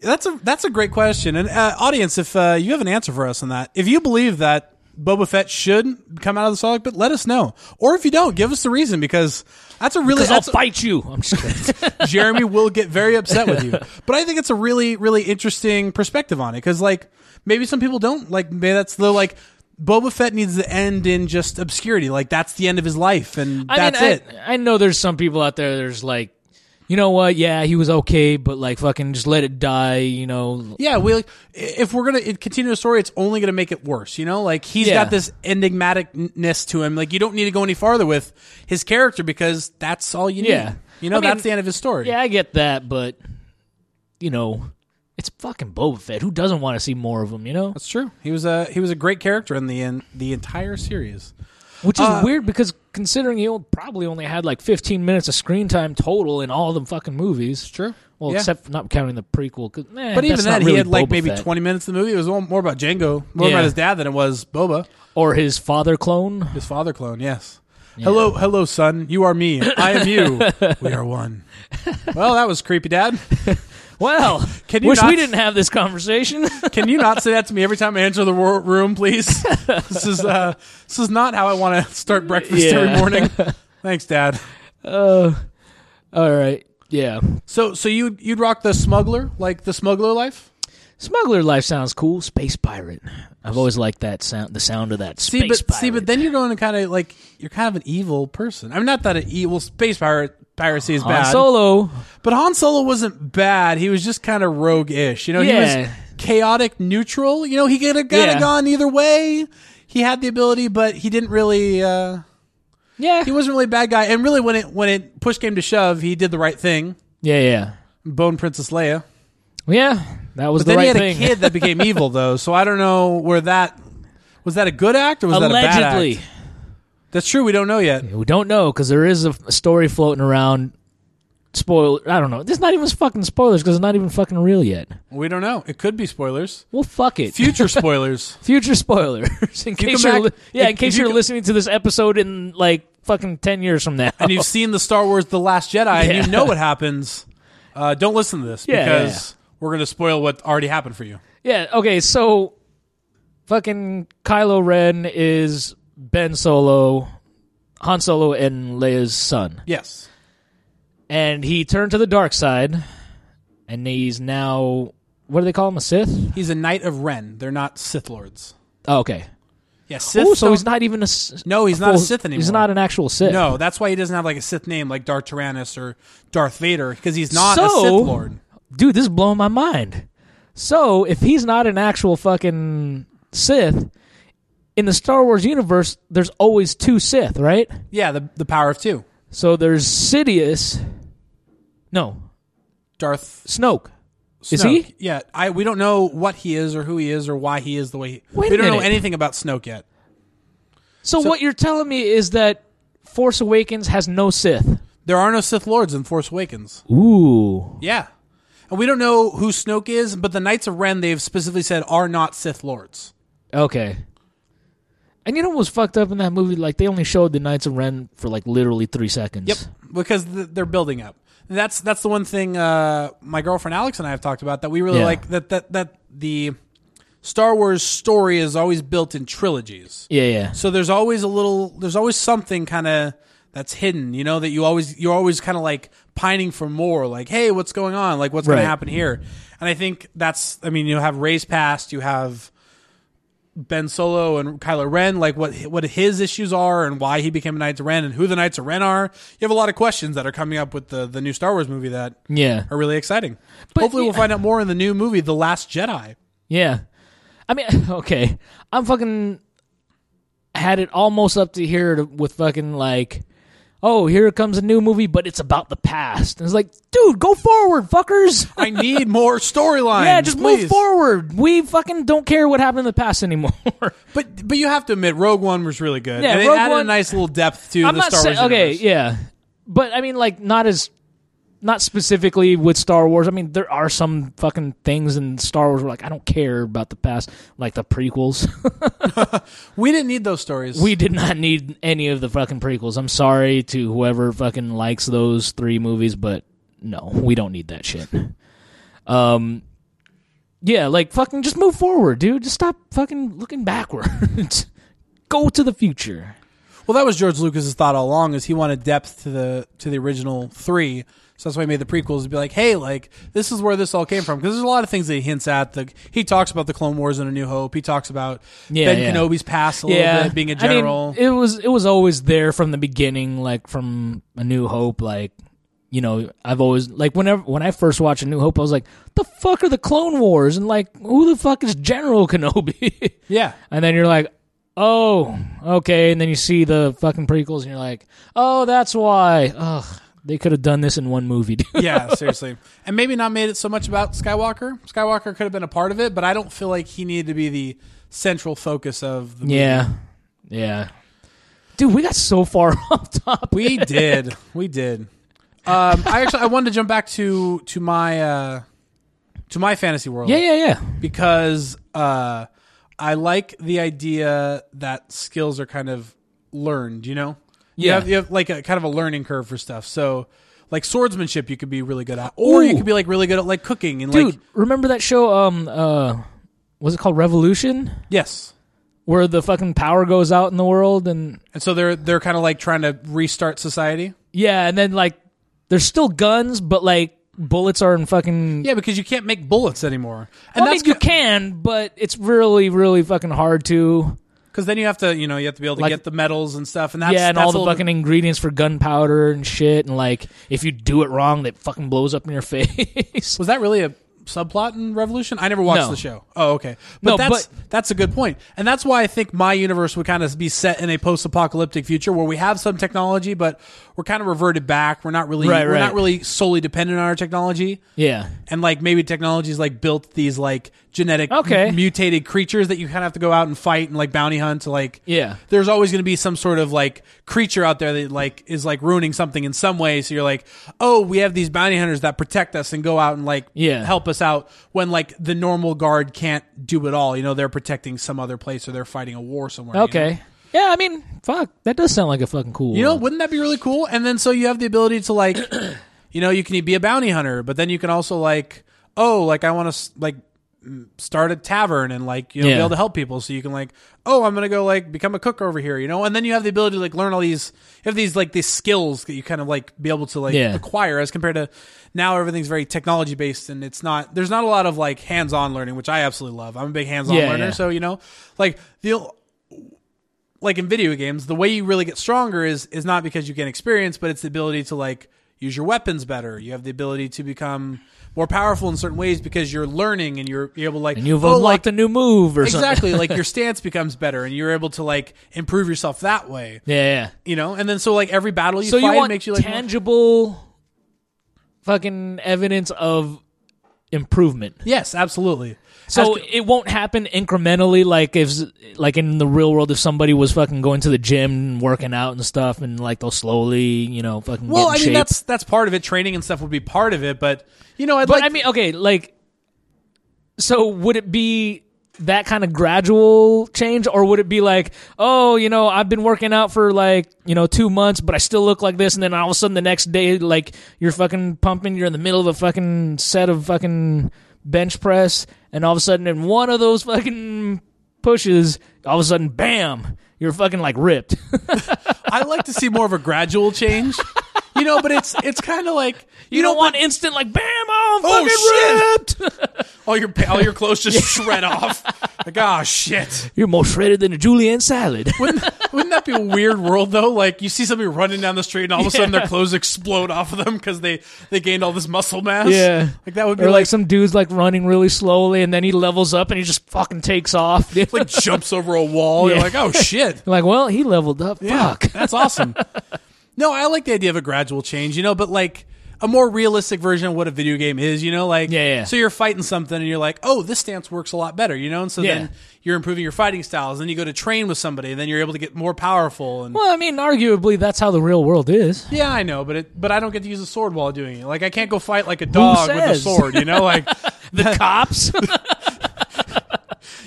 Speaker 2: That's a that's a great question. And uh, audience, if uh, you have an answer for us on that, if you believe that Boba Fett should come out of the Sarlacc pit, let us know. Or if you don't, give us the reason because that's a really
Speaker 1: Because I'll
Speaker 2: that's
Speaker 1: fight you. I'm just kidding.
Speaker 2: Jeremy will get very upset with you. But I think it's a really really interesting perspective on it because like maybe some people don't like maybe that's the like Boba Fett needs to end in just obscurity. Like that's the end of his life, and
Speaker 1: I
Speaker 2: that's
Speaker 1: mean,
Speaker 2: it.
Speaker 1: I, I know there's some people out there there's like, you know what? Yeah, he was okay, but like fucking just let it die. You know,
Speaker 2: Yeah, we like if we're gonna continue the story, it's only gonna make it worse. You know, like he's
Speaker 1: Yeah.
Speaker 2: got this enigmaticness to him. Like you don't need to go any farther with his character because that's all you need.
Speaker 1: Yeah.
Speaker 2: You know,
Speaker 1: I mean,
Speaker 2: that's the end of his story.
Speaker 1: yeah, I get that, but you know, it's fucking Boba Fett. Who doesn't want to see more of him? You know,
Speaker 2: that's true. He was a he was a great character in the in the entire series.
Speaker 1: which
Speaker 2: Uh,
Speaker 1: is weird because considering he o- probably only had like 15 minutes of screen time total in all the fucking movies.
Speaker 2: True.
Speaker 1: Well,
Speaker 2: Yeah.
Speaker 1: except for not counting the prequel. 'cause, eh,
Speaker 2: But even
Speaker 1: that's
Speaker 2: then,
Speaker 1: not really
Speaker 2: he had like
Speaker 1: Boba
Speaker 2: maybe
Speaker 1: Fett.
Speaker 2: twenty minutes of the movie. It was all more about Django, more
Speaker 1: Yeah.
Speaker 2: about his dad than it was Boba,
Speaker 1: or his father clone.
Speaker 2: his father clone. Yes. Hello, hello, son. You are me. I am you. we are one. Well, that was creepy, Dad.
Speaker 1: Well,
Speaker 2: Can you
Speaker 1: wish
Speaker 2: not-
Speaker 1: we didn't have this conversation.
Speaker 2: Can you not say that to me every time I enter the wor- room, please? this is uh, this is not how I want to start breakfast every
Speaker 1: Yeah.
Speaker 2: morning. Thanks, Dad.
Speaker 1: uh, all right. Yeah.
Speaker 2: So, so you you'd rock the smuggler, like the smuggler life.
Speaker 1: Smuggler life sounds cool. Space pirate. I've always liked that sound. The sound of that
Speaker 2: See,
Speaker 1: space
Speaker 2: but see, but
Speaker 1: pirate.
Speaker 2: then you're going to kind of like you're kind of an evil person. I'm mean, not that an evil space pirate piracy is
Speaker 1: Han
Speaker 2: bad,
Speaker 1: Solo.
Speaker 2: but Han Solo wasn't bad. He was just kind of rogue-ish. You know, he
Speaker 1: Yeah.
Speaker 2: was chaotic, neutral. You know, he could have kind of
Speaker 1: Yeah.
Speaker 2: gone either way. He had the ability, but he didn't really. Uh,
Speaker 1: Yeah.
Speaker 2: he wasn't really a bad guy. And really, when it when it push came to shove, he did the right thing.
Speaker 1: Yeah. Yeah.
Speaker 2: Bone Princess Leia.
Speaker 1: Yeah. That was
Speaker 2: But
Speaker 1: the
Speaker 2: then
Speaker 1: right
Speaker 2: he had
Speaker 1: thing.
Speaker 2: a kid that became evil, though. So I don't know where that was. That a good act or was that a bad
Speaker 1: Allegedly,
Speaker 2: act? That's true. We don't know yet.
Speaker 1: we don't know because there is a, f- a story floating around. Spoil. I don't know. This is not even fucking spoilers because it's not even fucking real yet.
Speaker 2: We don't know. It could be spoilers.
Speaker 1: Well, fuck it.
Speaker 2: Future spoilers.
Speaker 1: Future spoilers. In case
Speaker 2: come
Speaker 1: you're,
Speaker 2: back-
Speaker 1: li- yeah,
Speaker 2: if-
Speaker 1: in case
Speaker 2: if you
Speaker 1: you're
Speaker 2: co-
Speaker 1: listening to this episode in like fucking ten years from now.
Speaker 2: and you've seen the Star Wars: The Last Jedi, and
Speaker 1: Yeah.
Speaker 2: you know what happens. Uh, don't listen to this
Speaker 1: Yeah, yeah,
Speaker 2: because we're going to spoil what already happened for you.
Speaker 1: Yeah, okay, so fucking Kylo Ren is Ben Solo, Han Solo and Leia's son.
Speaker 2: Yes.
Speaker 1: And he turned to the dark side and he's now what do they call him? A Sith?
Speaker 2: He's a Knight of Ren. They're not Sith lords.
Speaker 1: Oh, okay.
Speaker 2: Yeah, Sith.
Speaker 1: Oh, so
Speaker 2: don't-
Speaker 1: he's not even a s-
Speaker 2: No, he's not a
Speaker 1: full-
Speaker 2: Sith anymore.
Speaker 1: He's not an actual Sith.
Speaker 2: No, that's why he doesn't have like a Sith name like Darth Tyrannus or Darth Vader because he's not a
Speaker 1: So-
Speaker 2: Sith Lord.
Speaker 1: Dude, this is blowing my mind. So, if he's not an actual fucking Sith, in the Star Wars universe, there's always two Sith, right?
Speaker 2: Yeah, the the power of two.
Speaker 1: So there's Sidious. No,
Speaker 2: Darth
Speaker 1: Snoke. Is
Speaker 2: Snoke.
Speaker 1: he?
Speaker 2: Yeah, I we don't know what he is or who he is or why he is the way he.
Speaker 1: Wait
Speaker 2: we
Speaker 1: a
Speaker 2: don't know
Speaker 1: minute.
Speaker 2: anything about Snoke yet.
Speaker 1: So, what you're telling me is that Force Awakens has no Sith.
Speaker 2: There are no Sith Lords in Force Awakens.
Speaker 1: Ooh.
Speaker 2: Yeah, and we don't know who Snoke is, but the Knights of Ren they've specifically said are not Sith Lords.
Speaker 1: Okay. And you know what was fucked up in that movie? Like they only showed the Knights of Ren for like literally three seconds.
Speaker 2: Yep, because th- they're building up. That's that's the one thing uh, my girlfriend Alex and I have talked about that we really
Speaker 1: Yeah.
Speaker 2: like that that that the Star Wars story is always built in trilogies.
Speaker 1: Yeah, yeah.
Speaker 2: So there's always a little there's always something kind of that's hidden, you know, that you always you're always kind of like pining for more, like hey, what's going on? Like what's going
Speaker 1: Right.
Speaker 2: to happen here? And I think that's I mean, you have Ray's past, you have Ben Solo and Kylo Ren, like what what his issues are and why he became a Knights of Ren and who the Knights of Ren are. You have a lot of questions that are coming up with the the new Star Wars movie that
Speaker 1: Yeah.
Speaker 2: are really exciting.
Speaker 1: But
Speaker 2: Hopefully, we'll
Speaker 1: yeah.
Speaker 2: find out more in the new movie, The Last Jedi.
Speaker 1: Yeah. I mean, okay. I'm fucking had it almost up to here to, with fucking like, oh, here comes a new movie, but it's about the past. And it's like, dude, go forward, fuckers.
Speaker 2: I need more storylines.
Speaker 1: Yeah, just
Speaker 2: please.
Speaker 1: move forward. We fucking don't care what happened in the past anymore.
Speaker 2: But but you have to admit, Rogue One was really good.
Speaker 1: Yeah,
Speaker 2: and it
Speaker 1: Rogue
Speaker 2: added a
Speaker 1: One-
Speaker 2: nice little depth to
Speaker 1: I'm
Speaker 2: the
Speaker 1: not
Speaker 2: Star
Speaker 1: saying
Speaker 2: Wars
Speaker 1: okay,
Speaker 2: universe.
Speaker 1: yeah, but I mean like not as not specifically with Star Wars. I mean there are some fucking things in Star Wars where like I don't care about the past, like the prequels.
Speaker 2: We didn't need those stories.
Speaker 1: we did not need any of the fucking prequels. I'm sorry to whoever fucking likes those three movies, but no, we don't need that shit. Um. Yeah, like fucking just move forward, dude. Just stop fucking looking backwards. Go to the future.
Speaker 2: well, that was George Lucas's thought all along, is he wanted depth to the to the original three, So that's why I made the prequels to be like, hey, like this is where this all came from because there's a lot of things that he hints at. The, he talks about the Clone Wars and A New Hope. He talks about
Speaker 1: Yeah,
Speaker 2: Ben
Speaker 1: yeah.
Speaker 2: Kenobi's past a little bit, being a
Speaker 1: I mean,
Speaker 2: general.
Speaker 1: it was it was always there from the beginning, like from A New Hope. Like you know, I've always like whenever when I first watched A New Hope, I was like, the fuck are the Clone Wars? And like, who the fuck is General Kenobi?
Speaker 2: yeah,
Speaker 1: and then you're like, oh, okay. And then you see the fucking prequels, and you're like, oh, that's why. Ugh, they could have done this in one movie. Dude.
Speaker 2: yeah, seriously. And maybe not made it so much about Skywalker. Skywalker could have been a part of it, but I don't feel like he needed to be the central focus of the movie.
Speaker 1: yeah, yeah. Dude, we got so far off topic.
Speaker 2: We did. We did. Um, I actually I wanted to jump back to to my uh, to my fantasy world.
Speaker 1: yeah, yeah, yeah.
Speaker 2: because uh, I like the idea that skills are kind of learned. You know, you
Speaker 1: Yeah.
Speaker 2: have, you have like a kind of a learning curve for stuff. So. Like swordsmanship, you could be really good at, or you
Speaker 1: Ooh.
Speaker 2: could be like really good at like cooking and
Speaker 1: dude
Speaker 2: like
Speaker 1: remember that show um uh was it called revolution
Speaker 2: yes.
Speaker 1: where the fucking power goes out in the world and
Speaker 2: And so they're they're kind of like trying to restart society.
Speaker 1: yeah and then like there's still guns but like bullets are in fucking
Speaker 2: Yeah, because you can't make bullets anymore, and
Speaker 1: Well, I mean,
Speaker 2: that's
Speaker 1: you can, but it's really, really fucking hard to.
Speaker 2: because then you have to you know you have to be able to
Speaker 1: Like-
Speaker 2: get the medals and stuff, and that's
Speaker 1: yeah, and
Speaker 2: that's
Speaker 1: all
Speaker 2: a
Speaker 1: the
Speaker 2: little-
Speaker 1: fucking ingredients for gunpowder and shit, and like if you do it wrong, it fucking blows up in your face.
Speaker 2: Was that really a subplot in Revolution? I never watched
Speaker 1: No.
Speaker 2: the show. Oh, okay. But
Speaker 1: No,
Speaker 2: that's that's a good point. And that's why I think my universe would kind of be set in a post-apocalyptic future where we have some technology but we're kind of reverted back. We're not really
Speaker 1: Right,
Speaker 2: we're
Speaker 1: right.
Speaker 2: not really solely dependent on our technology.
Speaker 1: yeah,
Speaker 2: And like maybe technology's like built these like genetic
Speaker 1: Okay.
Speaker 2: m- mutated creatures that you kind of have to go out and fight and like bounty hunt to like
Speaker 1: yeah,
Speaker 2: there's always going to be some sort of like creature out there that like is like ruining something in some way. So you're like, oh, we have these bounty hunters that protect us and go out and like
Speaker 1: Yeah.
Speaker 2: help us out when like the normal guard can't do it all. You know, they're protecting some other place or they're fighting a war somewhere. you know?
Speaker 1: okay, yeah. I mean, fuck, that does sound like a fucking cool.
Speaker 2: You know,
Speaker 1: world.
Speaker 2: wouldn't that be really cool? And then so you have the ability to like, you know, you can be a bounty hunter, but then you can also like, oh, like I want to like m- start a tavern and like you know be
Speaker 1: Yeah.
Speaker 2: able to help people. So you can like, oh, I'm gonna go like become a cook over here, you know. And then you have the ability to like learn all these, you have these like these skills that you kind of like be able to like
Speaker 1: Yeah.
Speaker 2: acquire as compared to now everything's very technology based and it's not there's not a lot of like hands on learning, which I absolutely love. I'm a big hands on
Speaker 1: Yeah,
Speaker 2: learner,
Speaker 1: yeah.
Speaker 2: so you know, like the like in video games, the way you really get stronger is is not because you gain experience, but it's the ability to like use your weapons better. You have the ability to become more powerful in certain ways because you're learning and you're, you're able to like
Speaker 1: and you've
Speaker 2: oh, like,
Speaker 1: unlocked a new move or something.
Speaker 2: exactly like your stance becomes better and you're able to like improve yourself that way.
Speaker 1: Yeah, yeah.
Speaker 2: You know, and then so like every battle you
Speaker 1: so
Speaker 2: fight
Speaker 1: you want
Speaker 2: makes you like more-
Speaker 1: tangible fucking evidence of improvement
Speaker 2: yes, absolutely.
Speaker 1: so
Speaker 2: As-
Speaker 1: it won't happen incrementally like if like in the real world if somebody was fucking going to the gym and working out and stuff and like they'll slowly you know fucking
Speaker 2: well,
Speaker 1: get in
Speaker 2: I mean
Speaker 1: shape.
Speaker 2: that's that's part of it. Training and stuff would be part of it, but you know, I'd
Speaker 1: but
Speaker 2: like
Speaker 1: i mean okay like so would it be that kind of gradual change or would it be like oh you know i've been working out for like you know two months but i still look like this and then all of a sudden the next day like you're fucking pumping you're in the middle of a fucking set of fucking bench press and all of a sudden in one of those fucking pushes all of a sudden bam you're fucking like ripped
Speaker 2: I like to see more of a gradual change. You know, but it's it's kind of like
Speaker 1: you, don't want instant like bam oh, I'm fucking
Speaker 2: Oh,
Speaker 1: ripped
Speaker 2: all your all your clothes just shred off. Like, oh shit!
Speaker 1: you're more shredded than a julienne salad
Speaker 2: Wouldn't, wouldn't that be a weird world though? Like, you see somebody running down the street, and all of a sudden their clothes explode off of them because they they gained all this muscle mass.
Speaker 1: Yeah.
Speaker 2: like that would be
Speaker 1: Or like,
Speaker 2: like
Speaker 1: some dude's like running really slowly and then he levels up and he just fucking takes off. dude.
Speaker 2: like jumps over a wall.
Speaker 1: Yeah.
Speaker 2: You're like, oh shit!
Speaker 1: Like, well, he leveled up. Fuck.
Speaker 2: that's awesome. No, I like the idea of a gradual change. You know, but like. A more realistic version of what a video game is, you know, like
Speaker 1: Yeah, yeah.
Speaker 2: so you're fighting something and you're like, oh, this stance works a lot better, you know, and so
Speaker 1: Yeah.
Speaker 2: then you're improving your fighting styles. Then you go to train with somebody, and then you're able to get more powerful. And
Speaker 1: Well, I mean, arguably that's how the real world is.
Speaker 2: Yeah, I know, but it, but I don't get to use a sword while doing it. Like I can't go fight like a dog with a
Speaker 1: says?
Speaker 2: sword, you know? Like
Speaker 1: The cops.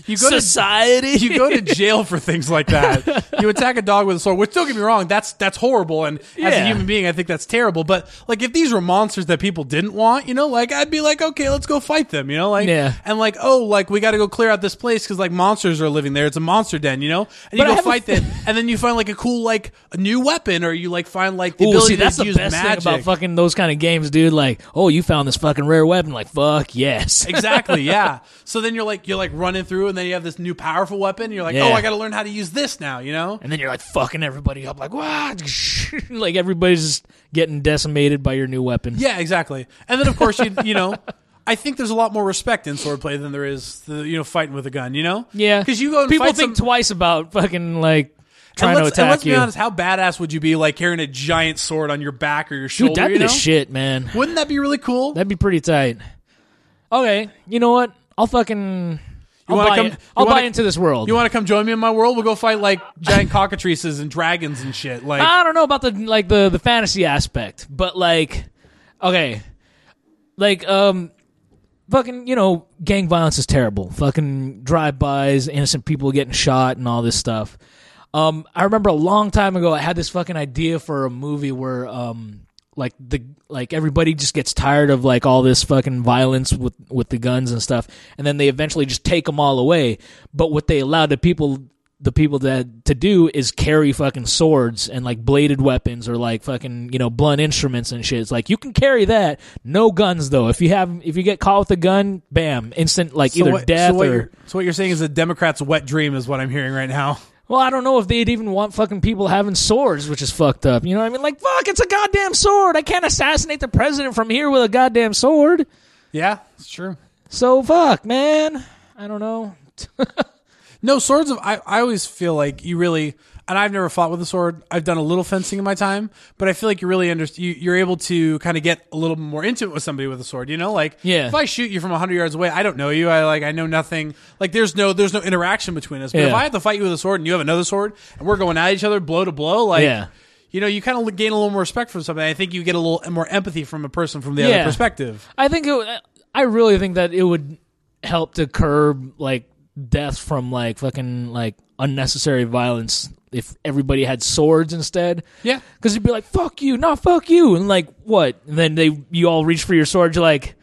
Speaker 2: you go to
Speaker 1: society.
Speaker 2: you go to jail for things like that. You attack a dog with a sword, which don't get me wrong, that's that's horrible. And as a
Speaker 1: Yeah.
Speaker 2: human being, I think that's terrible. But like, if these were monsters that people didn't want, you know, like I'd be like, okay, let's go fight them, you know, like,
Speaker 1: Yeah.
Speaker 2: and like, oh, like we got to go clear out this place because like monsters are living there. It's a monster den, you know, and you
Speaker 1: But I
Speaker 2: go
Speaker 1: have a
Speaker 2: fight
Speaker 1: th-
Speaker 2: them, and then you find like a cool like a new weapon, or you like find like the
Speaker 1: Ooh,
Speaker 2: ability
Speaker 1: see, that's
Speaker 2: to
Speaker 1: the
Speaker 2: use
Speaker 1: best
Speaker 2: magic.
Speaker 1: thing about fucking those kind of games, dude. Like, oh, you found this fucking rare weapon. Like, fuck yes.
Speaker 2: exactly yeah so then you're like you're like running through and then you have this new powerful weapon and you're like oh
Speaker 1: Yeah.
Speaker 2: i gotta learn how to use this now you know
Speaker 1: And then you're like fucking everybody up. Like, what? like everybody's just getting decimated by your new weapon.
Speaker 2: Yeah, exactly. And then of course you you know, I think there's a lot more respect in swordplay than there is the you know fighting with a gun. You know,
Speaker 1: Yeah,
Speaker 2: because you go and
Speaker 1: people
Speaker 2: fight
Speaker 1: think
Speaker 2: some,
Speaker 1: twice about fucking like
Speaker 2: and
Speaker 1: trying to
Speaker 2: let's-
Speaker 1: attack
Speaker 2: and let's
Speaker 1: you.
Speaker 2: be honest, how badass would you be like carrying a giant sword on your back or your shoulder?
Speaker 1: Dude, that'd
Speaker 2: you
Speaker 1: be the
Speaker 2: know?
Speaker 1: shit, man.
Speaker 2: Wouldn't that be really cool?
Speaker 1: That'd be pretty tight. Okay, you know what? I'll fucking. I'll
Speaker 2: wanna
Speaker 1: buy,
Speaker 2: come-
Speaker 1: it.
Speaker 2: you
Speaker 1: I'll
Speaker 2: wanna-
Speaker 1: buy into this world.
Speaker 2: you want to come join me in my world? We'll go fight like giant cockatrices and dragons and shit. Like,
Speaker 1: I don't know about the like the the fantasy aspect, but like, okay, like um, fucking you know, gang violence is terrible. Fucking drive bys, innocent people getting shot, and all this stuff. Um, I remember a long time ago, I had this fucking idea for a movie where um, like the like everybody just gets tired of like all this fucking violence with with the guns and stuff, and then they eventually just take them all away. But what they allow the people the people that to do is carry fucking swords and like bladed weapons or like fucking you know blunt instruments and shit. It's like you can carry that, no guns though. If you have if you get caught with a gun, bam, instant like
Speaker 2: so
Speaker 1: either
Speaker 2: what,
Speaker 1: death
Speaker 2: so what
Speaker 1: or
Speaker 2: you're, so what you're saying is a Democrat's wet dream is what I'm hearing right now.
Speaker 1: well, I don't know if they'd even want fucking people having swords, which is fucked up. You know what I mean? Like fuck, it's a goddamn sword. I can't assassinate the president from here with a goddamn sword.
Speaker 2: Yeah, it's true.
Speaker 1: So fuck, man. I don't know.
Speaker 2: No, swords of I, I always feel like you really and I've never fought with a sword. I've done a little fencing in my time, but I feel like you really under, you, you're able to kind of get a little more intimate with somebody with a sword, you know? Like
Speaker 1: Yeah.
Speaker 2: if I shoot you from 100 yards away, I don't know you. I like I know nothing. Like there's no there's no interaction between us. But if
Speaker 1: Yeah.
Speaker 2: I have to fight you with a sword and you have another sword and we're going at each other blow to blow, like
Speaker 1: Yeah.
Speaker 2: you know, you kind of gain a little more respect from somebody. I think you get a little more empathy from a person from the other
Speaker 1: Yeah.
Speaker 2: perspective.
Speaker 1: I think it, I really think that it would help to curb like death from like fucking like unnecessary violence if everybody had swords instead.
Speaker 2: Yeah.
Speaker 1: because you'd be like, "Fuck you, no, fuck you," and like what? And then they you all reach for your sword. You're like,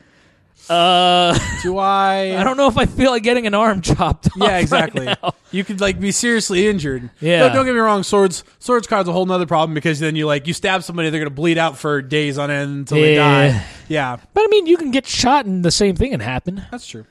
Speaker 1: "Uh,
Speaker 2: Do I
Speaker 1: I don't know if I feel like getting an arm chopped." off
Speaker 2: Yeah,
Speaker 1: right
Speaker 2: exactly.
Speaker 1: now."
Speaker 2: you could like be seriously injured.
Speaker 1: Yeah.
Speaker 2: Don't, don't get me wrong. Swords, swords cause a whole nother problem because then you like you stab somebody, they're gonna bleed out for days on end until they
Speaker 1: Yeah.
Speaker 2: die. Yeah,
Speaker 1: But I mean, you can get shot and the same thing can happen.
Speaker 2: that's true.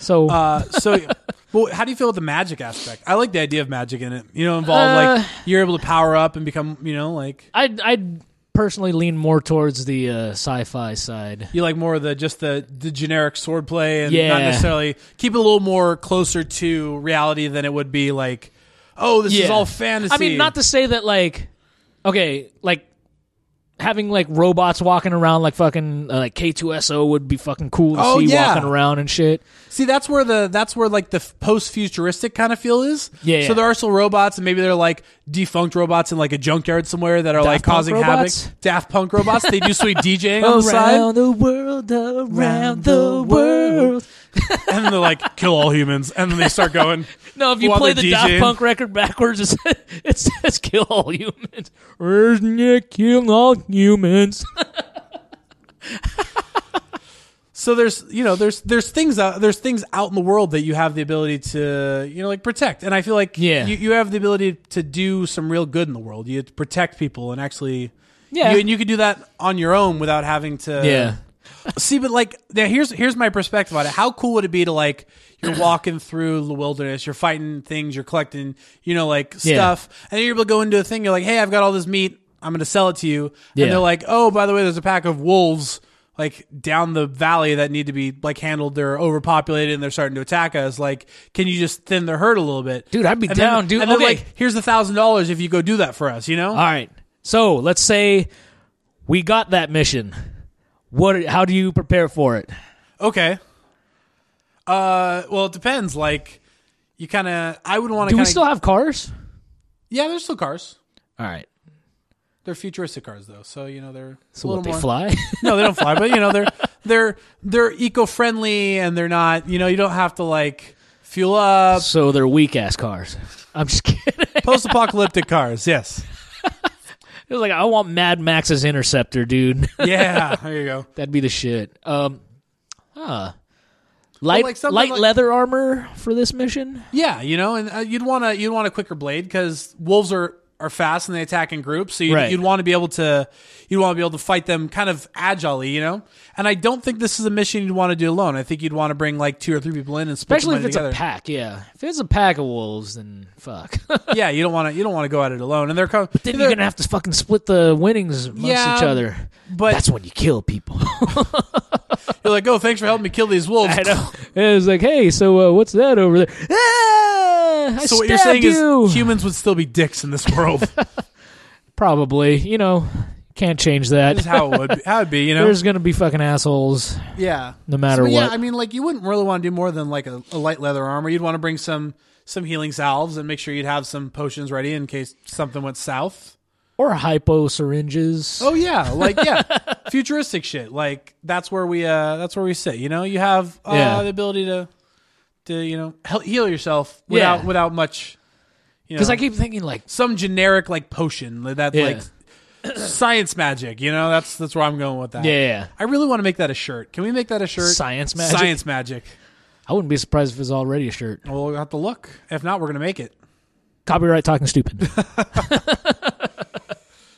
Speaker 1: So
Speaker 2: Uh, so, well, how do you feel with the magic aspect? I like the idea of magic in it. You know, involved like
Speaker 1: Uh,
Speaker 2: you're able to power up and become. You know, like
Speaker 1: I'd I'd personally lean more towards the uh, sci-fi side.
Speaker 2: you like more of the just the the generic sword play and not
Speaker 1: Yeah.
Speaker 2: necessarily keep it a little more closer to reality than it would be like. Oh, this is
Speaker 1: Yeah.
Speaker 2: all fantasy.
Speaker 1: I mean, not to say that like, okay, like having like robots walking around like fucking uh, like K2SO would be fucking cool to
Speaker 2: Oh,
Speaker 1: see
Speaker 2: yeah.
Speaker 1: walking around and shit.
Speaker 2: See, that's where the that's where like the post futuristic kind of feel is.
Speaker 1: Yeah,
Speaker 2: So
Speaker 1: yeah.
Speaker 2: there are still robots, and maybe they're like defunct robots in like a junkyard somewhere that are
Speaker 1: Punk
Speaker 2: like causing
Speaker 1: robots?
Speaker 2: havoc. Daft Punk robots. They do sweet DJing on the
Speaker 1: around
Speaker 2: Oh, side,
Speaker 1: the world, around the
Speaker 2: the
Speaker 1: world.
Speaker 2: and then they're like kill all humans, and then they start going.
Speaker 1: No, if you
Speaker 2: while
Speaker 1: play
Speaker 2: they're
Speaker 1: the Daft
Speaker 2: DJing.
Speaker 1: Punk record backwards, it's, it says "kill all humans." Where's Nick? Kill all humans.
Speaker 2: So there's you know there's there's things out there's things out in the world that you have the ability to you know like protect, and I feel like
Speaker 1: Yeah.
Speaker 2: you, you have the ability to do some real good in the world. You protect people and actually.
Speaker 1: Yeah.
Speaker 2: You, and you can do that on your own without having to
Speaker 1: yeah.
Speaker 2: See, but like now here's here's my perspective on it. How cool would it be to like you're walking through the wilderness, you're fighting things, you're collecting, you know, like
Speaker 1: Yeah.
Speaker 2: stuff, and then you're able to go into a thing, you're like, Hey, I've got all this meat, I'm gonna sell it to you.
Speaker 1: Yeah.
Speaker 2: And they're like, Oh, by the way, there's a pack of wolves like down the valley that need to be like handled, they're overpopulated and they're starting to attack us. Like, can you just thin their herd a little bit?
Speaker 1: Dude, I'd be
Speaker 2: And
Speaker 1: down,
Speaker 2: then,
Speaker 1: dude.
Speaker 2: And they're
Speaker 1: Okay.
Speaker 2: like, here's a thousand dollars if you go do that for us, you know?
Speaker 1: All right. So let's say we got that mission. What? How do you prepare for it?
Speaker 2: Okay. Uh, well, it depends. Like, you kind of. I would want to.
Speaker 1: Do we
Speaker 2: kinda,
Speaker 1: still have cars?
Speaker 2: Yeah, there's still cars.
Speaker 1: All right.
Speaker 2: They're futuristic cars, though. So you know they're.
Speaker 1: So
Speaker 2: a little
Speaker 1: what? They
Speaker 2: more,
Speaker 1: fly?
Speaker 2: No, they don't fly, but you know they're they're they're eco friendly and they're not. You know, you don't have to like Fuel up.
Speaker 1: So they're weak ass cars. I'm just kidding. it
Speaker 2: Post apocalyptic cars. Yes.
Speaker 1: was like I want Mad Max's Interceptor, dude.
Speaker 2: Yeah. There you go.
Speaker 1: That'd be the shit. Um, huh. Light
Speaker 2: like something
Speaker 1: light
Speaker 2: like-
Speaker 1: leather armor for this mission.
Speaker 2: Yeah. You know, and uh, you'd want to you'd want a quicker blade because wolves are are fast and they attack in groups. So you'd,
Speaker 1: Right.
Speaker 2: you'd want to be able to you'd want to be able to fight them kind of agilely. You know. And I don't think this is a mission you'd want to do alone. I think you'd want to bring like two or three people in and split
Speaker 1: Especially if
Speaker 2: somebody
Speaker 1: it's
Speaker 2: together.
Speaker 1: a pack, yeah. If it's a pack of wolves, then fuck.
Speaker 2: yeah. You don't want to you don't want to go at it alone. And they're co-
Speaker 1: then
Speaker 2: they're-
Speaker 1: you're gonna have to fucking split the winnings amongst
Speaker 2: Yeah,
Speaker 1: each other.
Speaker 2: but-
Speaker 1: that's when you kill people.
Speaker 2: you're like, oh, thanks for helpping me kill these wolves.
Speaker 1: I know. It was like, hey, so uh, what's that over there? Ah, I
Speaker 2: So what you're saying
Speaker 1: stabbed you.
Speaker 2: is humans would still be dicks in this world.
Speaker 1: probably. You know, can't change that.
Speaker 2: is how it would be, how it'd be, you know.
Speaker 1: There's gonna be fucking assholes.
Speaker 2: yeah.
Speaker 1: no matter
Speaker 2: So, Yeah,
Speaker 1: what.
Speaker 2: I mean, like you wouldn't really want to do more than like a, a light leather armor. You'd want to bring some some healing salves and make sure you'd have some potions ready in case something went south.
Speaker 1: Or hypo syringes.
Speaker 2: Oh yeah, like yeah, futuristic shit. Like that's where we uh that's where we sit. You know, you have uh,
Speaker 1: Yeah.
Speaker 2: the ability to to you know hel- heal yourself without
Speaker 1: Yeah.
Speaker 2: without much. you
Speaker 1: Because
Speaker 2: know.
Speaker 1: I keep thinking like
Speaker 2: some generic like potion that
Speaker 1: Yeah.
Speaker 2: like science magic. You know, that's that's where I'm going with that.
Speaker 1: Yeah, yeah,
Speaker 2: I really want to make that a shirt. Can we make that a shirt?
Speaker 1: Science magic?
Speaker 2: Science magic.
Speaker 1: I wouldn't be surprised if it's already a shirt.
Speaker 2: Well, we'll have to look. If not, we're gonna make it.
Speaker 1: Copyright talking stupid.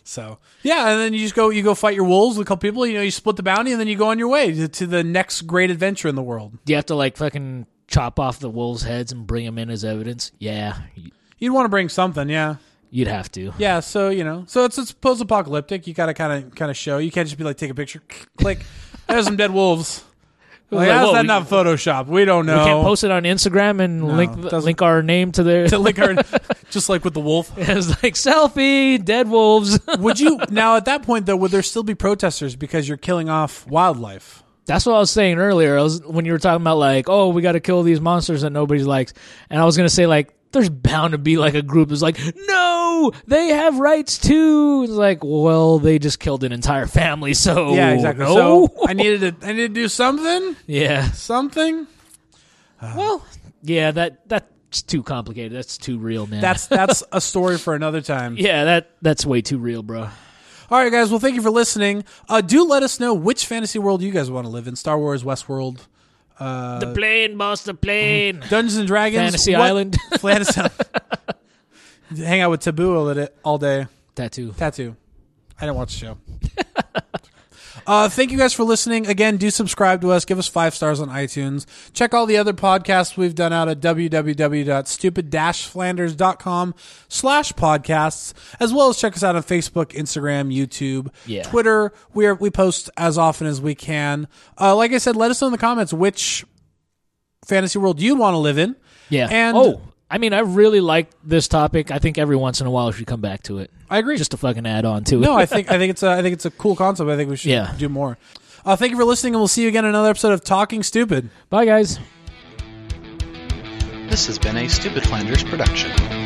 Speaker 2: So yeah, and then you just go you go fight your wolves with a couple people. You know, you split the bounty, and then you go on your way to, to the next great adventure in the world.
Speaker 1: Do you have to like fucking chop off the wolves' heads and bring them in as evidence? Yeah, y-
Speaker 2: You'd want to bring something, yeah,
Speaker 1: you'd have to.
Speaker 2: yeah. So you know, so it's it's post apocalyptic. You gotta kind of kind of show. You can't just be like take a picture, click. There's some dead wolves. Like,
Speaker 1: Like,
Speaker 2: how's
Speaker 1: whoa,
Speaker 2: that
Speaker 1: we-
Speaker 2: not Photoshop? We don't know.
Speaker 1: We can't post it on Instagram and link
Speaker 2: it
Speaker 1: the,
Speaker 2: doesn't-
Speaker 1: link our name to their.
Speaker 2: to lick her, just like with the wolf.
Speaker 1: it's like selfie, dead wolves.
Speaker 2: Would you now at that point though? Would there still be protesters because you're killing off wildlife?
Speaker 1: That's what I was saying earlier. I was when you were talking about like, oh, we got to kill these monsters that nobody likes, and I was gonna say like, there's bound to be like a group that's like, no, they have rights too. It's like, well, they just killed an entire family, so
Speaker 2: yeah, exactly.
Speaker 1: Oh, No,
Speaker 2: So I needed to I needed to do something.
Speaker 1: yeah,
Speaker 2: Something.
Speaker 1: well, yeah, that that's too complicated. That's too real, man.
Speaker 2: That's that's a story for another time.
Speaker 1: yeah, that that's way too real, bro.
Speaker 2: All right, guys. Well, thank you for listening. Uh, do let us know which fantasy world you guys want to live in: Star Wars, Westworld, Uh,
Speaker 1: the plane, boss, the plane.
Speaker 2: Dungeons and Dragons,
Speaker 1: Fantasy Island.
Speaker 2: Fantasy. Hang out with Taboo all day- all day.
Speaker 1: Tattoo.
Speaker 2: Tattoo. I didn't watch the show. uh, thank you guys for listening. Again, do subscribe to us. Give us five stars on iTunes. Check all the other podcasts we've done out at www.stupid-flanders.com slash podcasts, as well as check us out on Facebook, Instagram, YouTube,
Speaker 1: Yeah.
Speaker 2: Twitter. We, are, we post as often as we can. Uh, like I said, let us know in the comments which fantasy world you'd want to live in.
Speaker 1: Yeah.
Speaker 2: And-
Speaker 1: oh, I mean, I really like this topic. I think every once in a while we should come back to it.
Speaker 2: I agree.
Speaker 1: Just to fucking add on to it.
Speaker 2: No, I think I think it's a, I think it's a cool concept. I think we should
Speaker 1: Yeah.
Speaker 2: do more. Uh, thank you for listening, and we'll see you again in another episode of Talking Stupid.
Speaker 1: Bye, guys.
Speaker 4: This has been a Stupid Flanders production.